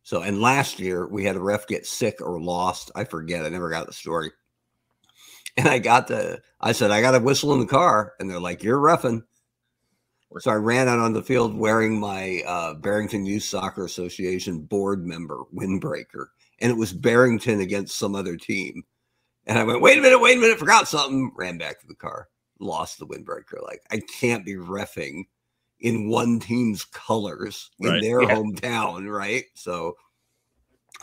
A: So and last year we had a ref get sick or lost. I forget. I never got the story. And I got the. I said I got a whistle in the car, and they're like, "You're refing." So I ran out on the field wearing my uh, Barrington Youth Soccer Association board member windbreaker, and it was Barrington against some other team. And I went, wait a minute, wait a minute, forgot something. Ran back to the car, lost the windbreaker. Like I can't be refing in one team's colors
B: Right.
A: in their
C: Yeah.
A: hometown, right? So,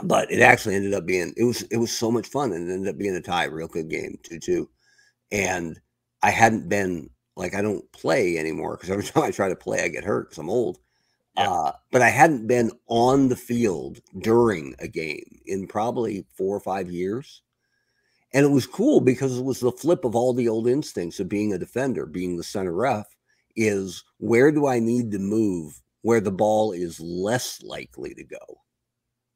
A: but it actually ended up being it was it was so much fun, and it ended up being a tie, real good game, two two. And I hadn't been like I don't play anymore because every time I try to play, I get hurt because I'm old.
B: Yeah.
A: Uh, but I hadn't been on the field during a game in probably four or five years. And it was cool because it was the flip of all the old instincts of being a defender, being the center ref, is where do I need to move where the ball is less likely to go?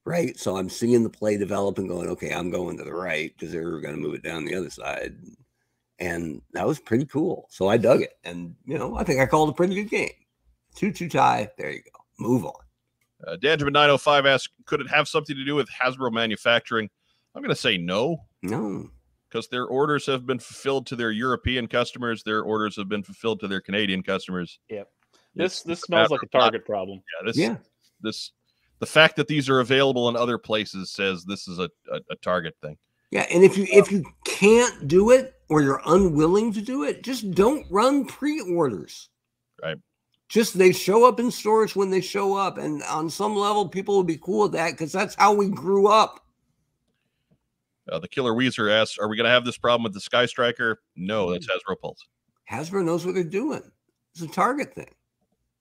A: Right. So I'm seeing the play develop and going, okay, I'm going to the right because they're going to move it down the other side. And that was pretty cool. So I dug it. And, you know, I think I called a pretty good game. 2 2 tie. There you go. Move on.
B: Uh, Danjamin 905 asks, could it have something to do with Hasbro manufacturing? I'm going to say no,
A: No.
B: because their orders have been fulfilled to their European customers. Their orders have been fulfilled to their Canadian customers.
C: Yep.
B: It's-
C: This this smells like a target problem.
B: Yeah, this,
A: Yeah.
B: this, the fact that these are available in other places says this is a, a, a Target thing.
A: Yeah. And if you if you can't do it or you're unwilling to do it, just don't run pre-orders.
B: Right.
A: Just they show up in stores when they show up. And on some level, people will be cool with that because that's how we grew up.
B: Uh, the Killer Weezer asks, are we going to have this problem with the Sky Striker? No, that's Hasbro Pulse.
A: Hasbro knows what they're doing. It's a target thing.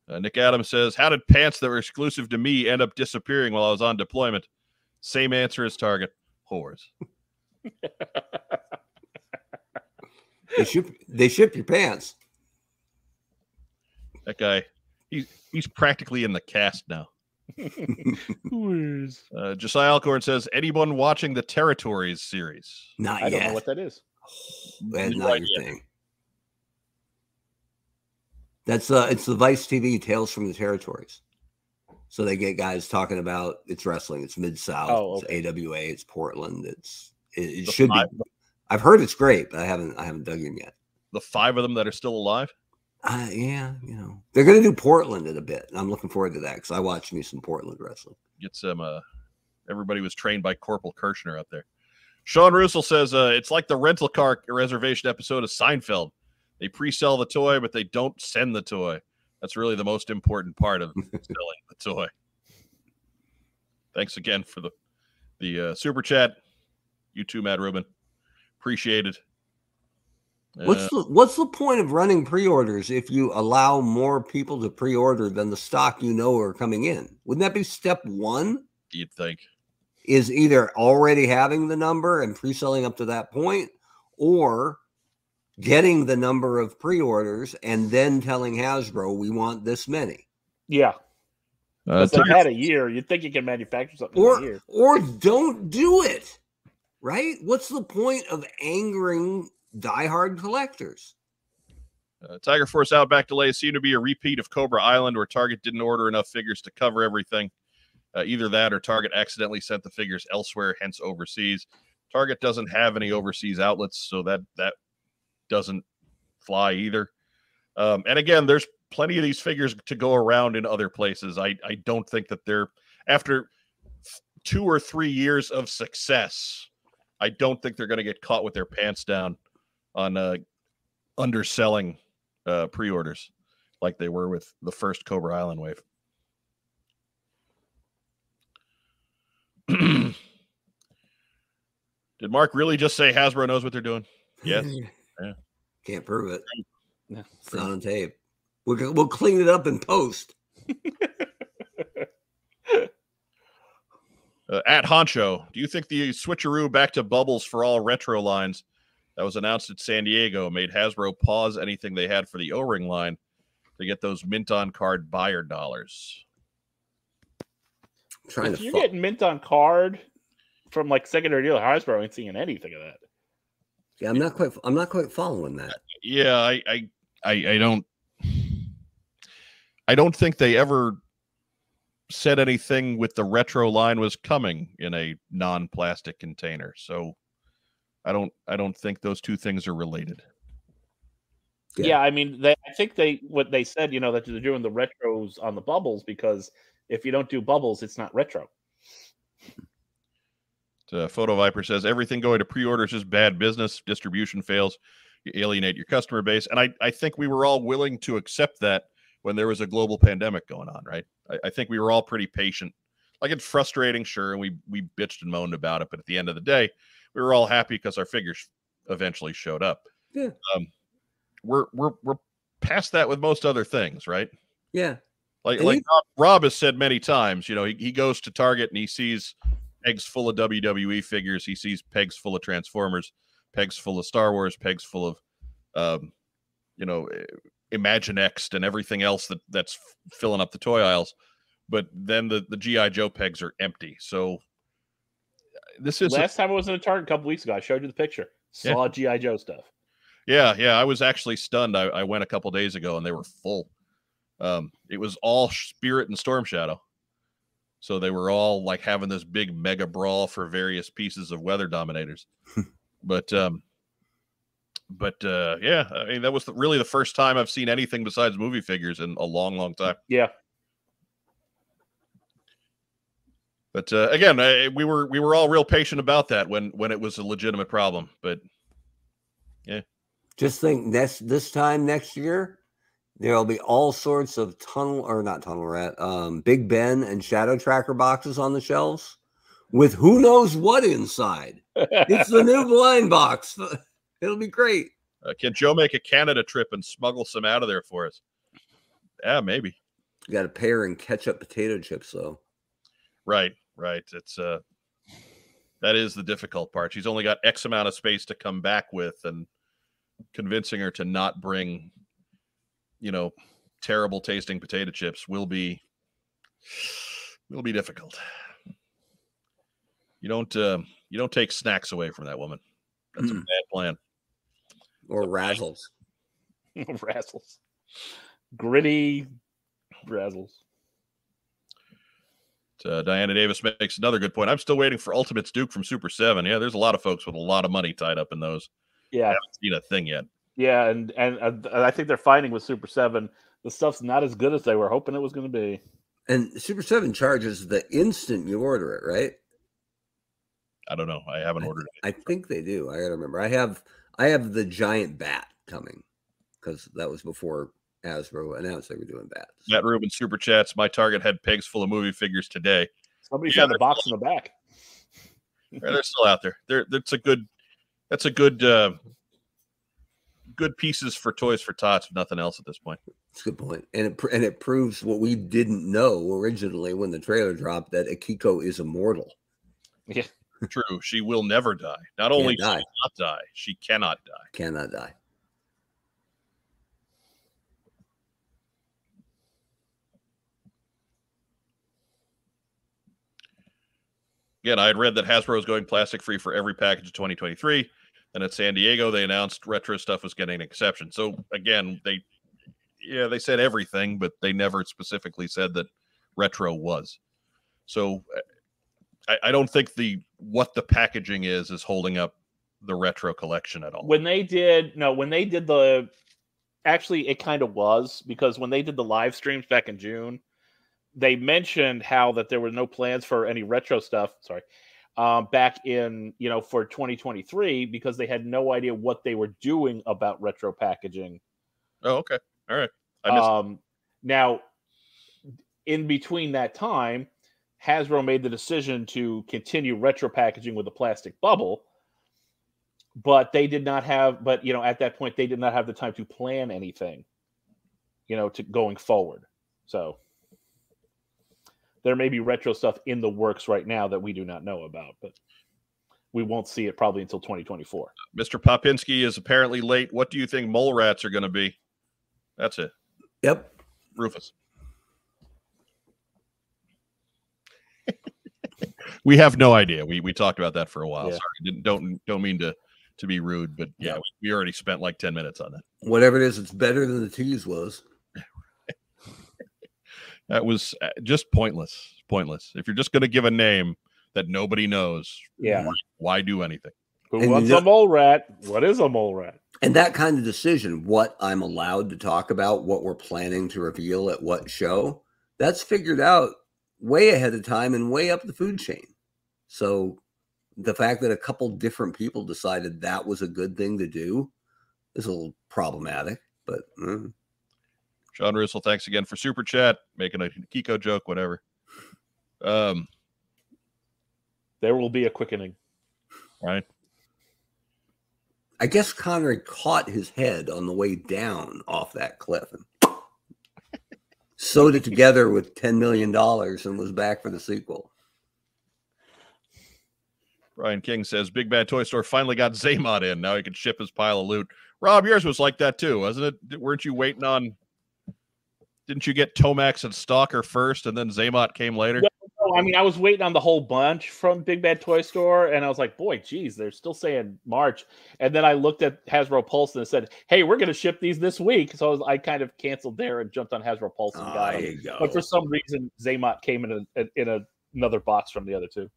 B: Uh, Nick Adams says, "How did pants that were exclusive to me end up disappearing while I was on deployment?" Same answer as Target. Whores.
A: They ship they ship your pants.
B: That guy, he's he's practically in the cast now. Uh, Josiah Alcorn says, "Anyone watching the Territories series?"
A: Not
C: I don't
A: yet.
C: know what that is.
A: That's
B: No
A: not your thing. That's uh it's the Vice TV Tales from the Territories. So they get guys talking about it's wrestling, it's mid south,
C: Oh,
A: it's AWA, it's Portland, it's it, it
B: The
A: should
B: five-
A: be. I've heard it's great, but I haven't I haven't dug in yet.
B: The five of them that are still alive.
A: Uh, yeah, you know they're gonna do Portland in a bit, and I'm looking forward to that because I watched me some Portland wrestling.
B: Get some. Uh, everybody was trained by Corporal Kirshner out there. Sean Russell says, uh, "It's like the rental car reservation episode of Seinfeld. They pre-sell the toy, but they don't send the toy. That's really the most important part of selling the toy." Thanks again for the the uh, super chat. You too, Matt Rubin. Appreciate it. Uh,
A: What's the what's the point of running pre-orders if you allow more people to pre-order than the stock you know are coming in? Wouldn't that be step one?
B: you'd think?
A: is either already having the number and pre-selling up to that point or getting the number of pre-orders and then telling Hasbro we want this many
C: Yeah.
B: Uh,
C: If they had a year, you'd think you can manufacture something in a
A: or
C: year.
A: or don't do it right what's the point of angering diehard collectors
B: Uh, Tiger Force Outback delays seem to be a repeat of Cobra Island, where Target didn't order enough figures to cover everything. Uh, either that or Target accidentally sent the figures elsewhere, hence overseas. Target doesn't have any overseas outlets, so that that doesn't fly either. Um, and again, there's plenty of these figures to go around in other places. I I don't think that they're after th- two or three years of success. I don't think they're going to get caught with their pants down on uh, underselling uh, pre-orders like they were with the first Cobra Island wave. Did Mark really just say Hasbro knows what they're doing? Yes. Yeah.
A: can't prove it
C: No.
A: it's not on tape we'll, go- we'll clean it up in post
B: Uh, at Honcho, do you think the switcheroo back to bubbles for all retro lines that was announced at San Diego made Hasbro pause anything they had for the O-ring line to get those mint on card buyer dollars?
A: trying
C: if
A: to
C: you're
A: fu-
C: getting mint on card from like secondary dealer Hasbro ain't seeing anything of that.
A: Yeah, I'm not quite. I'm not quite following that.
B: yeah I, I i i don't i don't think they ever said anything with the retro line was coming in a non-plastic container so i don't i don't think those two things are related
A: Yeah.
C: Yeah, I mean, they, I think they what they said, you know, that they're doing the retros on the bubbles because if you don't do bubbles, it's not retro.
B: uh, photo viper says everything going to pre-orders is bad business distribution fails you alienate your customer base and i i think we were all willing to accept that when there was a global pandemic going on right i, I think we were all pretty patient like it's frustrating sure and we we bitched and moaned about it but at the end of the day we were all happy because our figures eventually showed up
A: Yeah.
B: um we're we're we're past that with most other things right
A: Yeah,
B: like
A: And
B: like
A: you-
B: Rob, Rob has said many times, you know, he, he goes to Target and he sees pegs full of WWE figures, he sees pegs full of Transformers, pegs full of Star Wars, pegs full of um, you know, eh, Imaginext and everything else that that's f- filling up the toy aisles. But then the the GI Joe pegs are empty. So this is
C: Last time I was in a Target a couple weeks ago, I showed you the picture.
B: Yeah.
C: Saw GI Joe stuff.
B: Yeah, yeah. I was actually stunned. I, I went a couple days ago and they were full. Um, it was all Spirit and Storm Shadow. So they were all like having this big mega brawl for various pieces of weather dominators. but um but uh yeah, I mean that was the, really the first time I've seen anything besides movie figures in a long, long time.
C: Yeah,
B: But uh, again, I, we were we were all real patient about that when when it was a legitimate problem. But
A: just think next this time next year there'll be all sorts of tunnel or not tunnel rat um big ben and shadow tracker boxes on the shelves with who knows what inside it's the new blind box it'll be great
B: uh, can Joe make a Canada trip and smuggle some out of there for us? Yeah, maybe.
A: you got a pair and ketchup potato chips though
B: Right, right. It's uh that is the difficult part. She's only got X amount of space to come back with and convincing her to not bring, you know, terrible tasting potato chips will be will be difficult. You don't um you don't take snacks away from that woman. That's a
E: Mm-mm.
B: bad plan.
A: or razzles
C: razzles, gritty razzles.
B: Uh, Diana Davis makes another good point. I'm still waiting for Ultimates Duke from Super 7. Yeah, there's a lot of folks with a lot of money tied up in those.
C: Yeah,
B: haven't seen a thing yet.
C: yeah, and and, uh, and I think they're finding with Super Seven the stuff's not as good as they were hoping it was going to be.
A: and super seven charges the instant you order it right
B: I don't know. I haven't ordered it.
A: i think they do i gotta remember i have i have the giant bat coming because that was before Hasbro announced they were doing bats.
B: Matt Rubin super chats. My Target had pegs full of movie figures today.
C: Somebody
B: Yeah,
C: found
B: they're-
C: the box in the back.
B: Yeah, They're still out there. They're, that's a good. That's a good. Uh, good pieces for toys for tots. If nothing else at this point.
A: That's a good point, and it pr- and it proves what we didn't know originally when the trailer dropped that Akiko is immortal.
B: True. She will never die. Not
A: Can't
B: only
A: die,
B: not die, she cannot die.
A: cannot die.
B: Again, I had read that Hasbro is going plastic free for every package of 2023. And at San Diego, they announced retro stuff was getting an exception. So again, they yeah, they said everything, but they never specifically said that retro was. So uh, I, I don't think the what the packaging is is holding up the retro collection at all.
C: when they did no when they did the actually it kind of was because when they did the live streams back in june they mentioned how that there were no plans for any retro stuff sorry um, back in you know for 2023 because they had no idea what they were doing about retro packaging
B: oh, okay. All right. I missed
C: um, now, in between that time, Hasbro made the decision to continue retro packaging with a plastic bubble, but they did not have. But you know, at that point, they did not have the time to plan anything. You know, to going forward. So there may be retro stuff in the works right now that we do not know about, but we won't see it probably until 2024.
B: Mr. Popinski is apparently late. What do you think mole rats are gonna be? That's it.
A: Yep,
B: Rufus. We have no idea. We we talked about that for a while.
C: Yeah.
B: Sorry, didn't, don't don't mean to to be rude, but yeah, we, we already spent like ten minutes on that.
A: Whatever it is, it's better than the twos was.
B: That was uh, just pointless. Pointless. If you're just going to give a name that nobody knows,
C: Yeah.
B: why, why do anything?
C: Who
A: And
C: wants
A: you-
C: a mole rat? What is a mole rat?
A: And that kind of decision, what I'm allowed to talk about, what we're planning to reveal at what show, that's figured out way ahead of time and way up the food chain. So the fact that a couple different people decided that was a good thing to do is a little problematic, but mm.
B: Sean Russell, thanks again for super chat, making a Kiko joke, whatever. Um,
C: There will be a quickening.
A: I guess Conrad caught his head on the way down off that cliff and sewed it together with $10 million and was back for the sequel.
B: Brian King says Big Bad Toy Store finally got Zaymod in. Now he can ship his pile of loot. Rob, yours was like that too, wasn't it? D- Weren't you waiting on? Didn't you get Tomax and Stalker first, and then Zaymot came later?
C: Well- Oh, I mean, I was waiting on the whole bunch from Big Bad Toy Store, and I was like, boy, geez, they're still saying March. And then I looked at Hasbro Pulse and it said, hey, we're going to ship these this week. So I, was, I kind of canceled there and jumped on Hasbro Pulse and got
A: Ah,
C: them.
A: you go.
C: But for some reason, Zaymot came in, a, in a, another box from the other two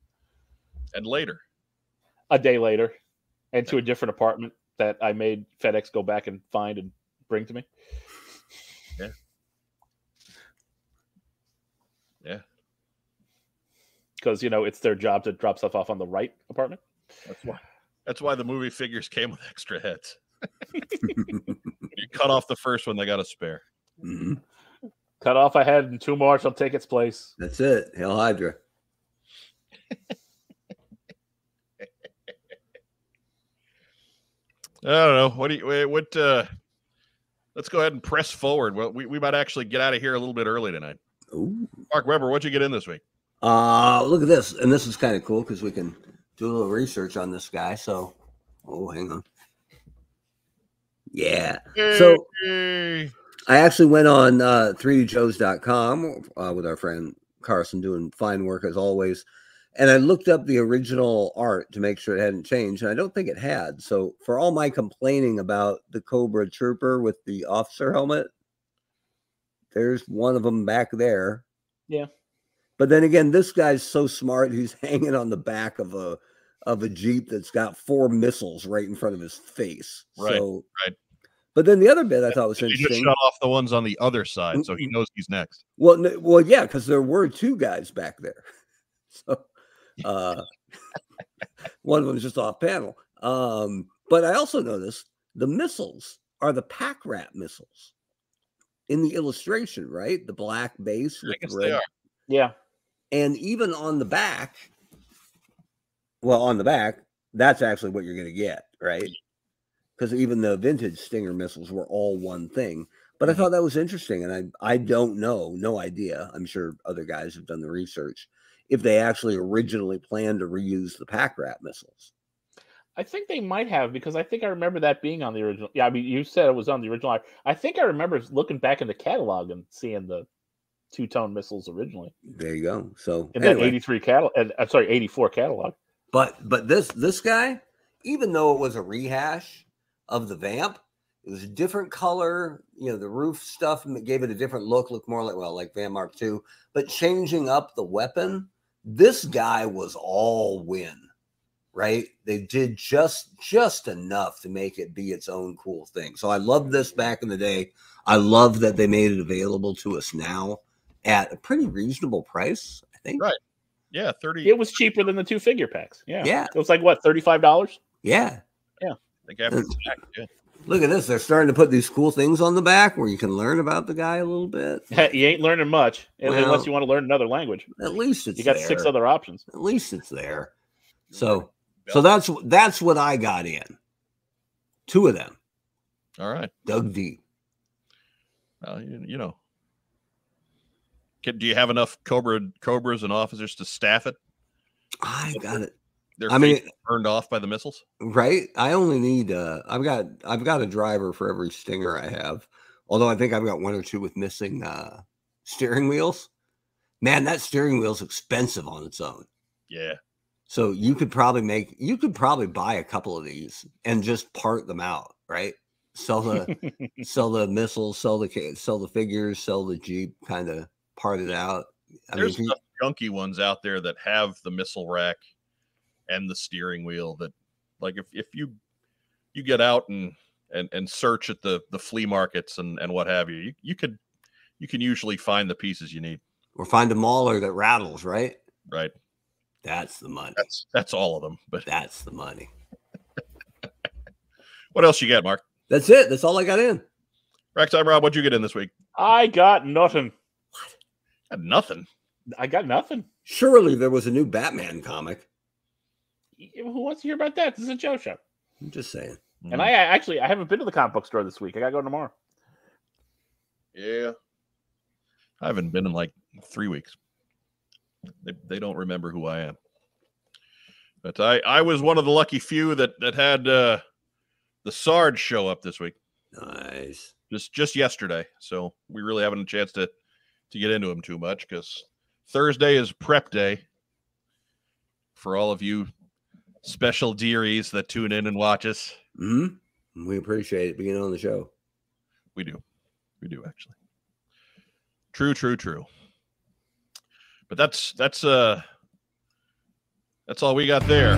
B: And later,
C: a day later and to a different apartment that I made FedEx go back and find and bring to me.
B: Yeah.
C: Because, you know, it's their job to drop stuff off on the right apartment.
B: that's why. That's why the movie figures came with extra heads. You cut off the first one; they got a spare.
A: Mhm.
C: Cut off ahead and two more shall take its place.
A: That's it. Hail Hydra.
B: I don't know. What do you? wait, What? uh Let's go ahead and press forward. Well, we, we might actually get out of here a little bit early tonight.
A: Ooh.
B: Mark Weber, what'd you get in this week?
A: Uh, look at this. And this is kind of cool because we can do a little research on this guy. So, oh, hang on. Yeah. So,
B: Yay.
A: I actually went on uh, 3djoes.com uh, with our friend Carson doing fine work as always. And I looked up the original art to make sure it hadn't changed. And I don't think it had. So, for all my complaining about the Cobra Trooper with the officer helmet, there's one of them back there.
C: Yeah.
A: But then again, this guy's so smart. He's hanging on the back of a of a jeep that's got four missiles right in front of his face.
B: Right,
A: So,
B: right.
A: But then the other bit I thought was
B: He just
A: interesting.
B: shut off the ones on the other side, so he knows he's next.
A: Well, n- well, yeah, because there were two guys back there. So uh, one of them's just off panel. Um, but I also noticed the missiles are the pack rat missiles in the illustration, right? The black base
B: I
A: with
B: guess
A: the
B: they
A: red
B: are.
C: Yeah.
A: and even on the back well on the back that's actually what you're going to get right because even the vintage stinger missiles were all one thing but i thought that was interesting and i i don't know no idea i'm sure other guys have done the research if they actually originally planned to reuse the pack rat missiles
C: I think they might have because I think I remember that being on the original. Yeah, I mean, you said it was on the original. I, I think I remember looking back in the catalog and seeing the two tone missiles originally
A: there you go so
C: in that
A: anyway,
C: 83 catalog. I'm sorry, 84 catalog.
A: but but this this guy even though it was a rehash of the vamp it was a different color you know the roof stuff m- gave it a different look looked more like well like van mark 2 but changing up the weapon this guy was all win right they did just just enough to make it be its own cool thing so i loved this back in the day i love that they made it available to us now at a pretty reasonable price i think
B: Right. Yeah, thirty.
C: It was cheaper than the two figure packs. Yeah.
A: Yeah.
C: It was like, what, $35?
A: yeah
B: I think after tax, yeah.
A: Look at this. They're starting to put these cool things on the back where you can learn about the guy a little bit.
C: you ain't learning much and
A: Well-
C: unless you want to learn another language.
A: At least it's
C: you got
A: there.
C: six other options.
A: At least it's there. So so that's that's what I got in. Two of them.
B: All right.
A: Dug deep.
B: Well, you, you know. Can, do you have enough Cobra Cobras and officers to staff it?
A: I got it.
B: Their
A: I mean,
B: burned off by the missiles.
A: right? I only need uh I've got I've got a driver for every stinger I have. Although I think I've got one or two with missing uh steering wheels. Man, that steering wheel's expensive on its own.
B: Yeah.
A: So you could probably make you could probably buy a couple of these and just part them out, right? Sell the sell the missiles, sell the ca- sell the figures, sell the jeep, kind of part it out. I
B: There's
A: mean,
B: enough junky ones out there that have the missile rack and the steering wheel that like if, if you you get out and and and search at the the flea markets and and what have you, you, you could you can usually find the pieces you need,
A: or find a mauler that rattles, right?
B: right?
A: That's the money.
B: That's that's all of them. But
A: That's the money.
B: what else you got, Mark?
A: That's it. That's all I got in.
B: Rack time, Rob. What'd you get in this week?
C: I got nothing.
B: Got nothing.
C: I got nothing.
A: Surely there was a new Batman comic.
C: Who wants to hear about that? This is a Joe show.
A: I'm just saying.
C: And I I actually I haven't been to the comic book store this week. I gotta go tomorrow.
B: Yeah. I haven't been in like three weeks. They, they don't remember who I am. But I, I was one of the lucky few that that had uh, the Sarge show up this week,
A: Nice.
B: just just yesterday. So we really haven't a chance to to get into him too much because Thursday is prep day for all of you special dearies that tune in and watch us.
A: hmm We appreciate it being on the show.
B: We do. We do actually. True, true, true. But that's that's uh that's all we got there.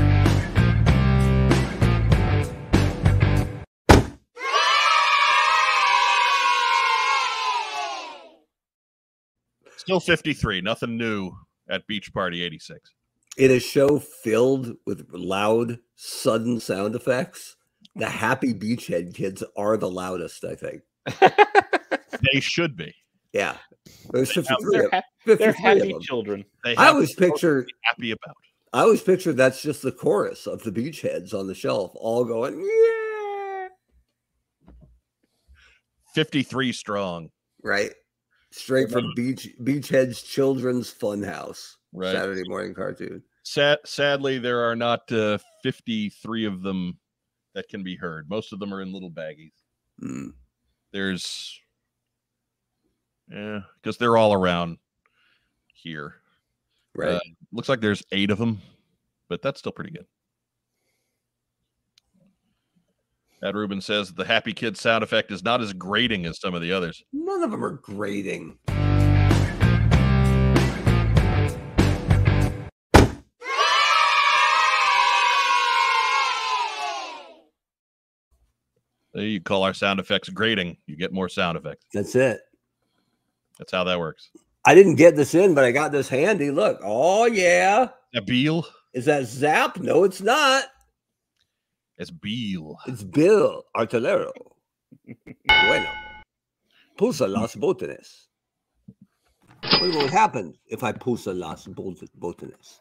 B: Still 53, nothing new at Beach Party 86.
A: in a show filled with loud, sudden sound effects, the
C: Mm-hmm.
A: happy beachhead kids are the loudest, I think.
B: They should be.
A: Yeah. There's 53
C: um, They're,
A: of,
C: ha-
A: 53
C: they're
A: of
C: happy
A: them.
C: children.
B: They
A: I
B: have
A: always
B: to be
A: picture
B: happy about.
A: I always picture that's just the chorus of the beachheads on the shelf, all going, yeah.
B: 53 strong.
A: Right. Straight from
C: Mm-hmm.
A: Beach Beachhead's Children's Funhouse.
B: Right.
A: Saturday morning cartoon.
B: Sad, sadly, there are not uh, 53 of them that can be heard. Most of them are in little baggies.
A: Mm.
B: There's, yeah, because they're all around here.
A: Right.
B: Uh, Looks like there's eight of them, but that's still pretty good. Ed Rubin says the happy kid sound effect is not as grating as some of the others.
A: None of them are grading.
B: You call our sound effects grating, you get more sound effects.
A: That's it.
B: That's how that works.
A: I didn't get this in, but I got this handy. Look. Oh yeah.
B: Is that Beal?
A: Is that Zap? No, it's not.
B: It's Beal.
A: It's Bill Artolero. bueno. Pulsa las botones. What will happen if I pulsa las bot- botones?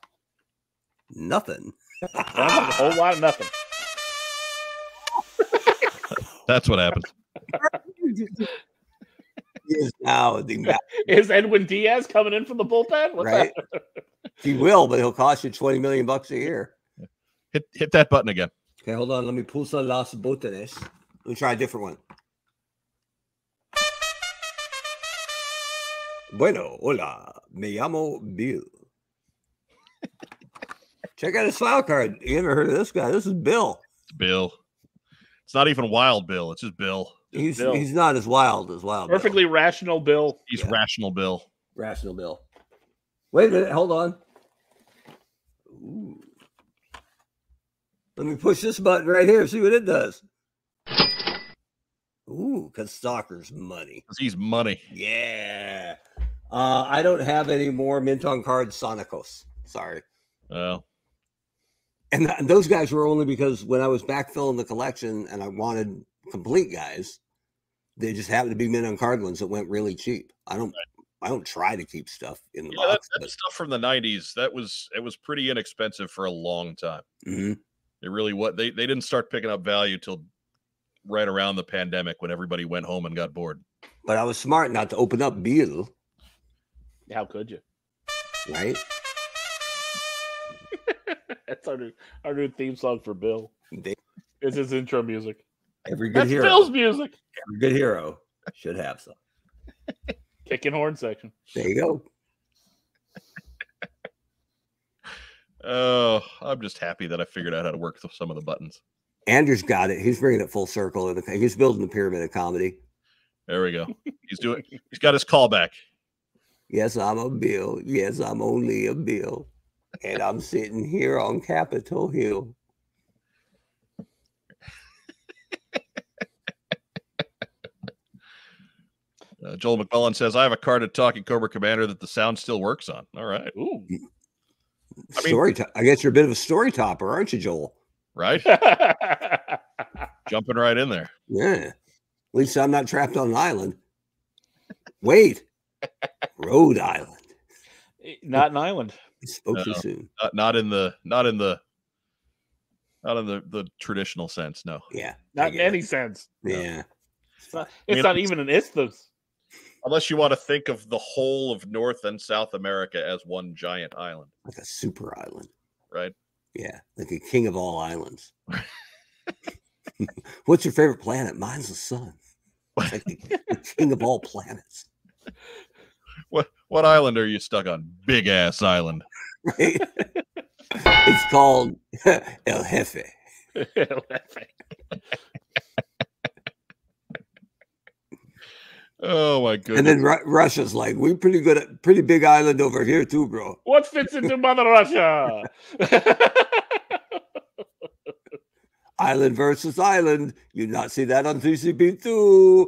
A: Nothing.
C: Sounds like a whole lot of nothing.
B: That's what happens.
A: He is now the ma-
C: Is Edwin Diaz coming in from the bullpen? What's
A: right. He will, but he'll cost you twenty million bucks a year.
B: Hit hit that button again.
A: Okay, hold on. Let me pulsa las botones. Let me try a different one. Bueno, hola. Me llamo Bill. Check out his file card. You ever heard of this guy? This is Bill.
B: Bill. It's not even Wild Bill. It's just Bill.
A: He's
C: Bill.
A: he's not as wild as wild.
C: that?
A: Bill.
C: Perfectly rational Bill.
B: He's
A: Yeah.
B: rational Bill.
A: rational Bill. Wait a minute. Hold on. Ooh. Let me push this button right here. See what it does. Ooh, because stalkers money.
B: 'cause he's money.
A: Yeah. Uh, I don't have any more mint on card Sonicos. Sorry.
B: Oh,
A: And th- those guys were only because when I was backfilling the collection and I wanted complete guys, they just happened to be mint on card ones that went really cheap. I don't. I don't try to keep stuff in the
B: yeah, that,
A: box.
B: that stuff from the '90s. That was it was pretty inexpensive for a long time.
A: but, Mhm.
B: It really what they they didn't start picking up value till right around the pandemic when everybody went home and got bored.
A: but I was smart not to open up Beal,
C: How could you?
A: right?
C: That's our new our new theme song for Bill.
A: They-
C: It's his intro music.
A: Every good
C: That's
A: hero,
C: Bill's music.
A: every good hero should have some.
C: Kicking horn section.
A: There you go.
B: Oh, I'm just happy that I figured out how to work th- some of the buttons.
A: Anders got it. He's bringing it full circle. And he's building the pyramid of comedy.
B: There we go. He's doing. He's got his callback.
A: Yes, I'm a bill. Yes, I'm only a bill. And I'm sitting here on Capitol Hill.
B: Uh, Joel McMullen says, "I have a carded talking Cobra Commander that the sound still works on." All right,
C: Ooh.
B: I mean-
A: story. to- I guess you're a bit of a story topper, aren't you, Joel?
B: right, jumping right in there.
A: Yeah. At least I'm not trapped on an island. Wait. Rhode Island.
C: Not an island.
A: I spoke too
B: No.
A: soon.
B: Not, not in the, not in the, not in the the traditional sense. No,
A: Yeah. I
C: Not in
A: get it.
C: any sense.
B: No.
A: Yeah.
C: It's not,
B: I mean,
C: it's not
B: it's-
C: even an isthmus.
B: unless you want to think of the whole of North and South America as one giant island,
A: Like a super island.
B: right?
A: Yeah. Like a king of all islands. What's your favorite planet? Mine's the sun. It's like the, the king of all planets.
B: What what island are you stuck on? Big ass island.
A: Right? it's called El Jefe.
B: Oh my goodness.
A: And then Ru- Russia's like, we're pretty good at pretty big island over here too, bro.
C: what fits into Mother Russia?
A: Island versus island. You not see that on TCP2.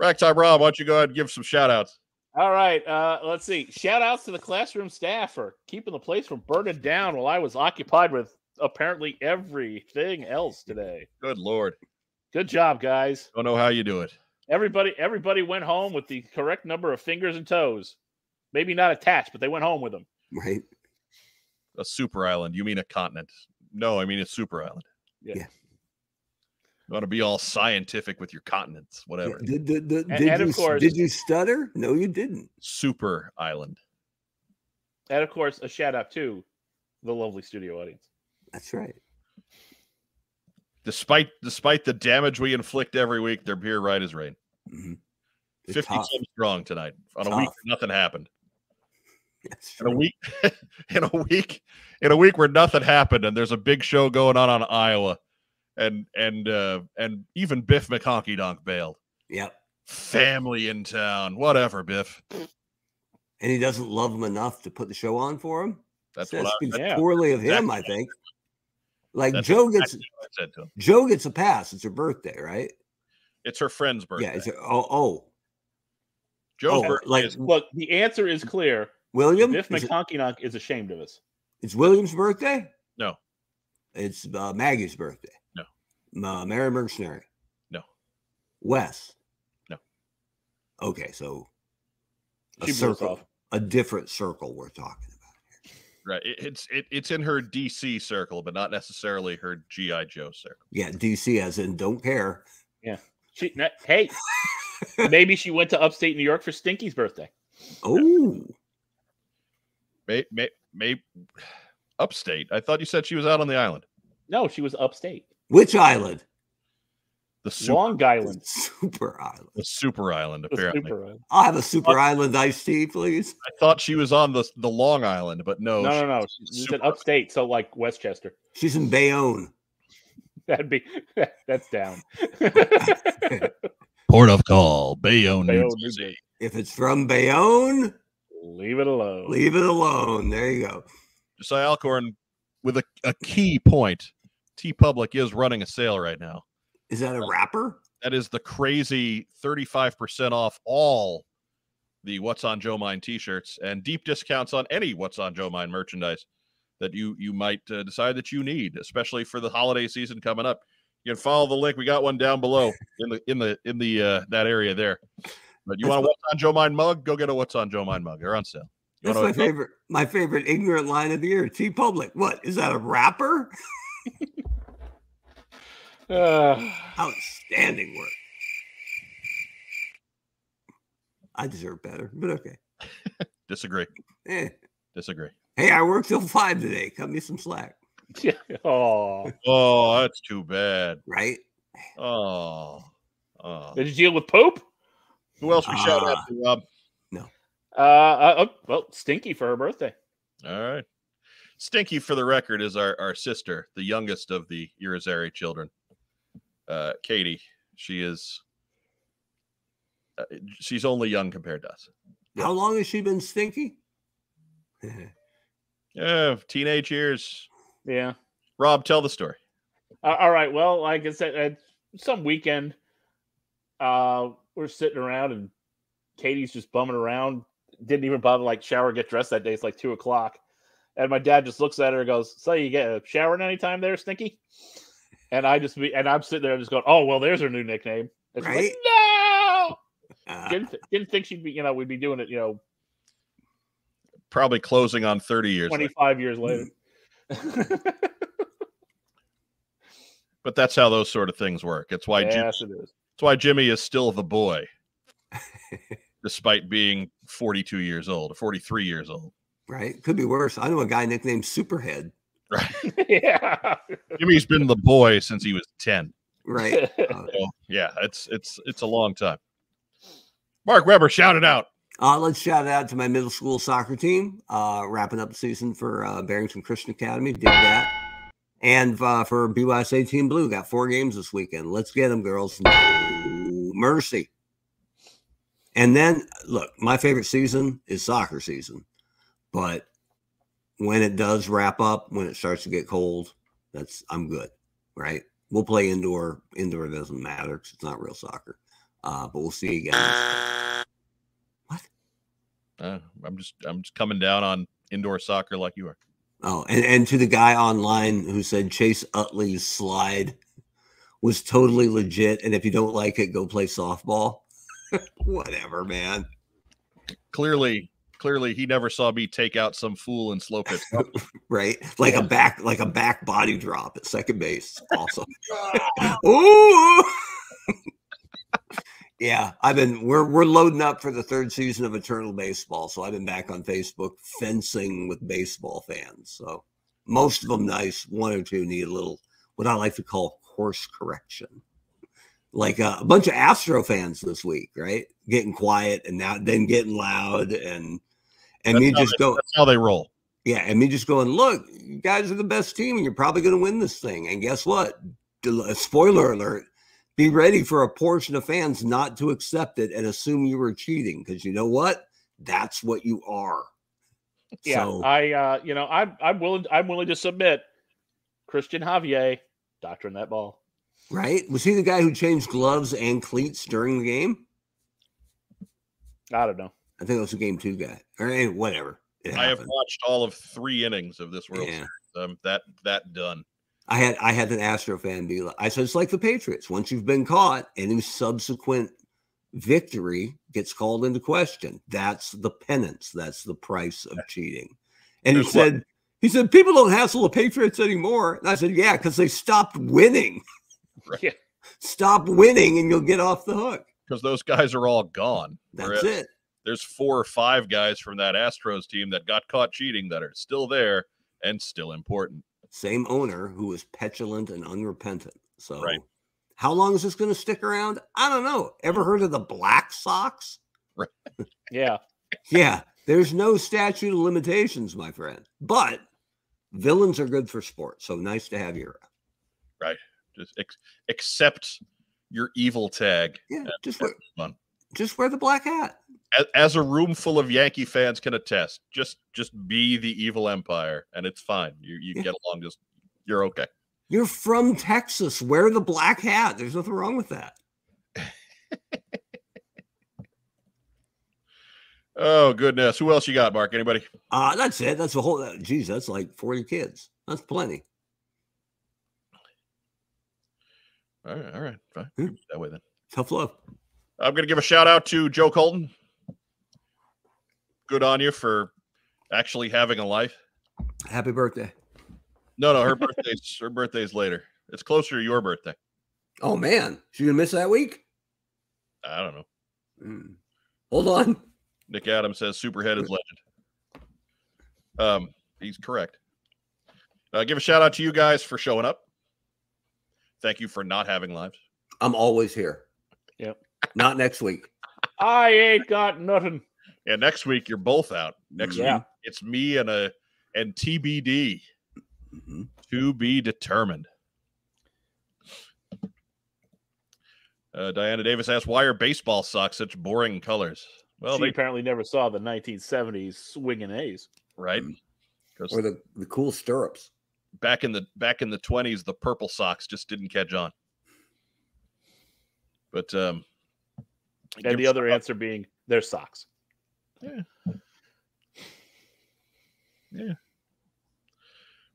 B: Ragtime Rob, why don't you go ahead and give some shout outs?
C: All right, uh, let's see. Shout outs to the classroom staff for keeping the place from burning down while I was occupied with apparently everything else today.
B: Good lord.
C: Good job, guys.
B: Don't know how you do it.
C: Everybody, everybody went home with the correct number of fingers and toes. Maybe not attached, but they went home with them.
A: Right?
B: A super island. You mean a continent. No, I mean a super island.
C: Yeah.
A: Yeah.
B: You want to be all scientific with your continents, whatever.
A: Did, did, did,
C: A-
A: did
C: and
A: you,
C: of
A: s-
C: course-
A: did you stutter? No, you didn't.
B: Super island.
C: And of course, a shout out to the lovely studio audience.
A: That's right.
B: Despite despite the damage we inflict every week, they're here right as rain.
A: Mhm. They're
B: 50
A: tough.
B: some strong tonight. On a week
A: Tough.
B: nothing happened.
A: That's
B: In a
A: right.
B: week in a week in a week where nothing happened and there's a big show going on on Iowa and and uh and even Biff McHonky Donk bailed.
A: Yep.
B: family in town. Whatever, Biff.
A: And he doesn't love him enough to put the show on for him.
B: That's
A: That
B: what I,
A: speaks
C: yeah.
A: poorly of him,
B: Exactly.
A: I think. Like
B: That's
A: Joe gets
B: exactly what I said to him.
A: Joe gets a pass. It's her birthday, right?
B: It's her friend's birthday.
A: Yeah. It's her, oh, oh,
B: Joe's
A: oh,
B: birthday
A: like
B: is
C: Look, the answer is clear.
A: William.
C: Biff
A: Is it-
C: McConkie is ashamed of us.
A: It's William's birthday.
B: No.
A: It's uh, Maggie's birthday.
B: No.
A: M- Uh, Mary Mercenary.
B: No.
A: Wes.
B: No.
A: Okay, so a
C: She blew us
A: circle,
C: off.
A: a different circle we're talking about.
B: right. It, it's it, it's in her DC circle, but not necessarily her GI Joe circle.
A: Yeah, DC as in don't care.
C: She, na- hey, maybe she went to upstate New York for Stinky's birthday.
A: Oh,
B: May, may, may, upstate. I thought you said she was out on the island.
C: No, she was upstate.
A: which island?
B: The super,
C: Long Island.
A: Super island.
B: the super island.
C: The
B: Apparently,
C: super island.
A: I'll have a super island iced tea, please.
B: I thought she was on the the Long Island, but no.
C: No,
B: Oh, she-
C: no, no. She's
B: super-
C: in upstate, so like Westchester.
A: She's in Bayonne.
C: That'd be that's down.
B: Port of Call, Bayonne, New
C: Bayonne, New
B: Jersey.
A: If it's from Bayonne,
C: Leave it
B: Oh.
C: alone.
A: leave it alone. There you go.
B: Josiah Alcorn with a, a key point. T Public is running a sale right now.
A: Is that
B: Uh,
A: a rapper?
B: That is the crazy 35% off all the What's on Joe Mine t-shirts and deep discounts on any What's on Joe Mine merchandise that you you might uh, decide that you need, especially for the holiday season coming up. You can follow the link. We got one down below in the in the in the uh, that area there. But you
A: That's
B: want a What's on Joe Mine mug? Go get a What's on Joe Mine mug. They're on sale. You
A: That's
B: wanna-
A: my favorite. My favorite ignorant line of the year. T Public. What is that? A rapper?
C: Uh,
A: Outstanding work. I deserve better, but okay.
B: disagree.
A: Eh.
B: Disagree.
A: Hey, I worked till five today. Cut me some slack,
C: oh,
B: Oh, that's too bad.
A: right?
B: Oh. Oh.
C: did you deal with Pope?
B: Who else we shout out
A: Ah.
B: to, Rob?
C: Uh, uh, oh, well, Stinky for her birthday.
B: All right. Stinky, for the record, is our, our sister, the youngest of the Irizarry children. Uh, Katie, she is. Uh, she's only young compared to us.
A: How long has she been stinky?
B: Yeah, teenage years.
C: Yeah.
B: Rob, tell the story.
C: Uh, all right. Well, like I said, at some weekend, uh, we're sitting around and Katie's just bumming around. Didn't even bother like shower, get dressed that day. It's like two o'clock, and my dad just looks at her and goes, "So you get a shower anytime there, Stinky?" And I just be, and I'm sitting there just going, "Oh well, there's her new nickname." And she's like, no,
A: Ah,
C: didn't th- didn't think she'd be you know we'd be doing it you know
B: Probably closing on 30 years. later.
C: 25 years later.
B: But that's how those sort of things work. It's why Jim,
C: yes, it is.
B: it's why Jimmy is still the boy, despite being 42 years old, or 43 years old.
A: right? Could be worse. I know a guy nicknamed Superhead.
C: yeah.
B: Jimmy's been the boy since he was 10.
A: Right. Uh,
B: So, yeah, it's it's it's a long time. Mark Weber, shout it out.
A: Uh, let's shout out to my middle school soccer team, uh, wrapping up the season for uh, Barrington Christian Academy. Did that. And uh, for BYSA Team Blue, got four games this weekend. Let's get them, girls. No mercy. And then, look, my favorite season is soccer season. But when it does wrap up, when it starts to get cold, that's I'm good, right? We'll play indoor. Indoor doesn't matter 'cause it's not real soccer. Uh, but we'll see you again.
B: Uh, I'm just I'm just coming down on indoor soccer like you are.
A: Oh, and, and to the guy online who said Chase Utley's slide was totally legit. And if you don't like it, go play softball. Whatever, man.
B: Clearly, clearly he never saw me take out some fool in slow pitch.
A: Right? Like a back, like a back body drop at second base. Also. Ooh. yeah. I've been we're we're loading up for the third season of Eternal Baseball. So I've been back on Facebook fencing with baseball fans. So most of them nice. One or two need a little what I like to call course correction. Like uh, a bunch of Astro fans this week, right? Getting quiet and now then getting loud and and
B: That's
A: me
B: how
A: just
B: they-
A: go
B: That's how they roll.
A: yeah, and me just going, look, you guys are the best team, and you're probably going to win this thing. And guess what? Del- Spoiler alert: be ready for a portion of fans not to accept it and assume you were cheating, because you know what? That's what you are.
C: Yeah,
A: So,
C: I uh, you know, I'm I'm willing I'm willing to submit Christian Javier doctoring that ball.
A: right? Was he the guy who changed gloves and cleats during the game?
C: I don't know.
A: I think it was the game two guy, or eh, whatever. It
B: I have
A: happened.
B: watched all of three innings of this World
A: Yeah.
B: Series. I'm that that done.
A: I had I had an Astro fan be like, I said it's like the Patriots. Once you've been caught, any subsequent victory gets called into question. That's the penance. That's the price of cheating. And he
B: There's one-
A: said, he said, people don't hassle the Patriots anymore. And I said, yeah, because they stopped winning.
B: Right.
C: Yeah.
A: Stop winning and you'll get off the hook.
B: because those guys are all gone.
A: That's
B: Whereas
A: it.
B: There's four or five guys from that Astros team that got caught cheating that are still there and still important.
A: Same owner who was petulant and unrepentant. So
B: Right.
A: how long is this going to stick around? I don't know. Ever heard of the Black Sox?
C: Yeah.
A: yeah, there's no statute of limitations, my friend. But villains are good for sport, so nice to have you. around.
B: Just ex- accept your evil tag.
A: Yeah,
B: Yeah,
A: just
B: that's
A: wear,
B: fun.
A: just wear the black hat.
B: A- As a room full of Yankee fans can attest, just just be the evil empire, and it's fine. You you
A: Yeah.
B: get along. Just you're okay.
A: You're from Texas. Wear the black hat. There's nothing wrong with that.
B: Oh goodness, who else you got, Mark? Anybody?
A: Uh, that's it. That's a whole. Uh, geez, that's like 40 kids. That's plenty.
B: All right, all right, fine.
A: Hmm.
B: That way then.
A: Tough love.
B: I'm going to give a shout out to Joe Colton. Good on you for actually having a life.
A: Happy birthday.
B: No, no, her birthday's her birthday's later. It's closer to your birthday.
A: Oh man, she gonna miss that week?
B: I don't know.
A: Mm. Hold on.
B: Nick Adams says Superhead is legend. Um, he's correct. Uh, give a shout out to you guys for showing up. Thank you for not having lives.
A: I'm always here.
C: Yep.
A: Not next week.
C: I ain't got nothing.
B: And next week you're both out. Next
C: Yeah.
B: week it's me and a and TBD
A: Mm-hmm.
E: Mhm.
B: to be determined. Uh, Diana Davis asked, "Why are baseball socks such boring colors?" Well,
C: she
B: they
C: apparently never saw the 1970s swinging A's.
B: right
E: Mm.
B: because
A: or the, the cool stirrups.
B: back in the back in the twenties, the purple socks just didn't catch on. But um,
C: And the other answer being their socks.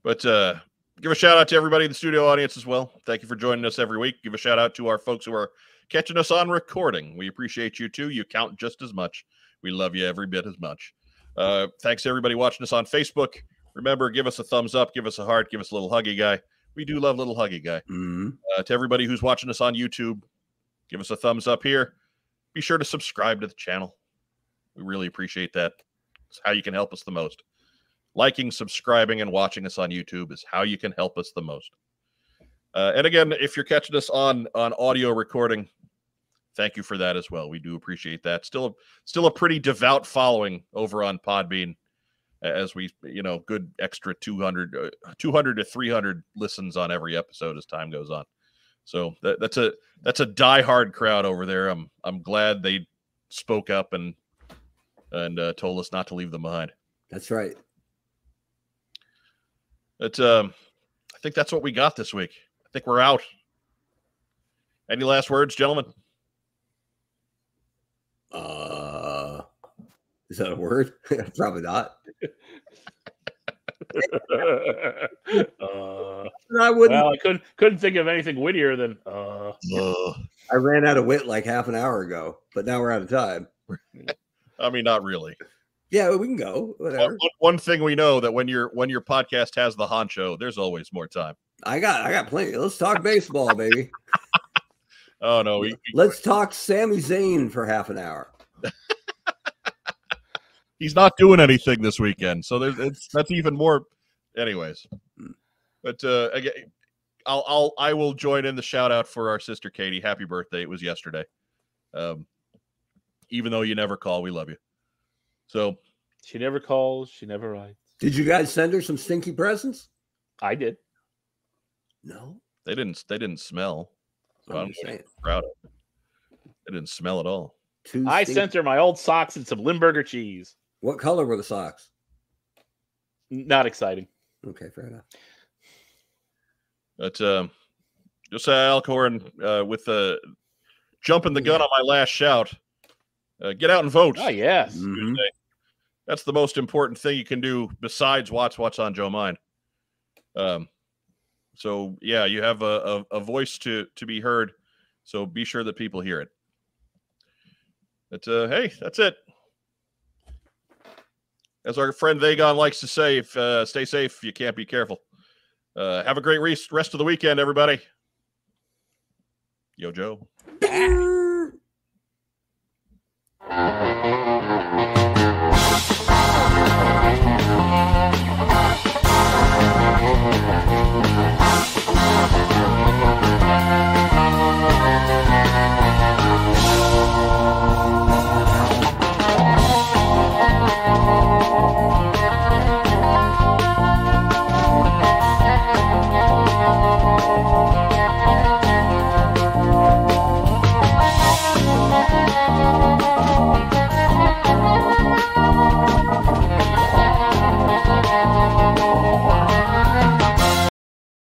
B: But uh, give a shout out to everybody in the studio audience as well. Thank you for joining us every week. Give a shout out to our folks who are catching us on recording. We appreciate you too. You count just as much. We love you every bit as much. Uh, thanks to everybody watching us on Facebook. Remember, give us a thumbs up, give us a heart, give us a little huggy guy. We do love little huggy guy.
A: Mm-hmm.
E: Mhm.
B: Uh, to everybody who's watching us on YouTube, give us a thumbs up here. Be sure to subscribe to the channel. We really appreciate that. It's how you can help us the most. Liking, subscribing, and watching us on YouTube is how you can help us the most. Uh, and again, if you're catching us on on audio recording, thank you for that as well. We do appreciate that. Still, still a pretty devout following over on Podbean, a- as we you know, good extra 200, uh, 200 to three hundred listens on every episode as time goes on. So that, that's a that's a diehard crowd over there. I'm I'm glad they spoke up and and uh, told us not to leave them behind.
A: That's right.
B: That's um, I think that's what we got this week. I think we're out. Any last words, gentlemen?
A: Uh, is that a word? Probably not.
C: Uh,
A: I wouldn't.
C: well, I couldn't couldn't think of anything wittier than uh,
A: I ran out of wit like half an hour ago, but now we're out of time.
B: I mean, not really.
A: Yeah, we can go. Whatever.
B: One, one thing we know that when your when your podcast has the honcho, there's always more time.
A: I got, I got plenty. Let's talk baseball, baby.
B: Oh no, he,
A: Let's talk Sami Zayn for half an hour.
B: he's not doing anything this weekend. So there's it's, that's even more. Anyways, but uh, again, I'll I'll I will join in the shout out for our sister Katie. Happy birthday! It was yesterday. Um, even though you never call, we love you. So
C: she never calls, she never writes.
A: Did you guys send her some stinky presents?
C: I did.
A: No. Oh,
B: they didn't they didn't smell. So
A: I'm
B: I'm
A: just saying.
B: proud of. It. They didn't smell at all.
A: Two
C: I
A: stinky-
C: sent her my old socks and some Limburger cheese.
A: What color were the socks?
C: Not exciting.
A: Okay, fair enough.
B: But um, Josiah Alcorn uh, with the jumping the gun on my last shout. Uh, get out and vote.
C: Oh yes.
A: Mm-hmm.
E: Mhm.
B: that's the most important thing you can do besides watch what's on Joe Mind. Um, so yeah, you have a, a, a voice to to be heard. So be sure that people hear it. But uh, hey, that's it. As our friend Vagon likes to say, if, uh, stay safe. You can't be careful. Uh, have a great re- rest of the weekend, everybody. Yo, Joe.
D: Bye.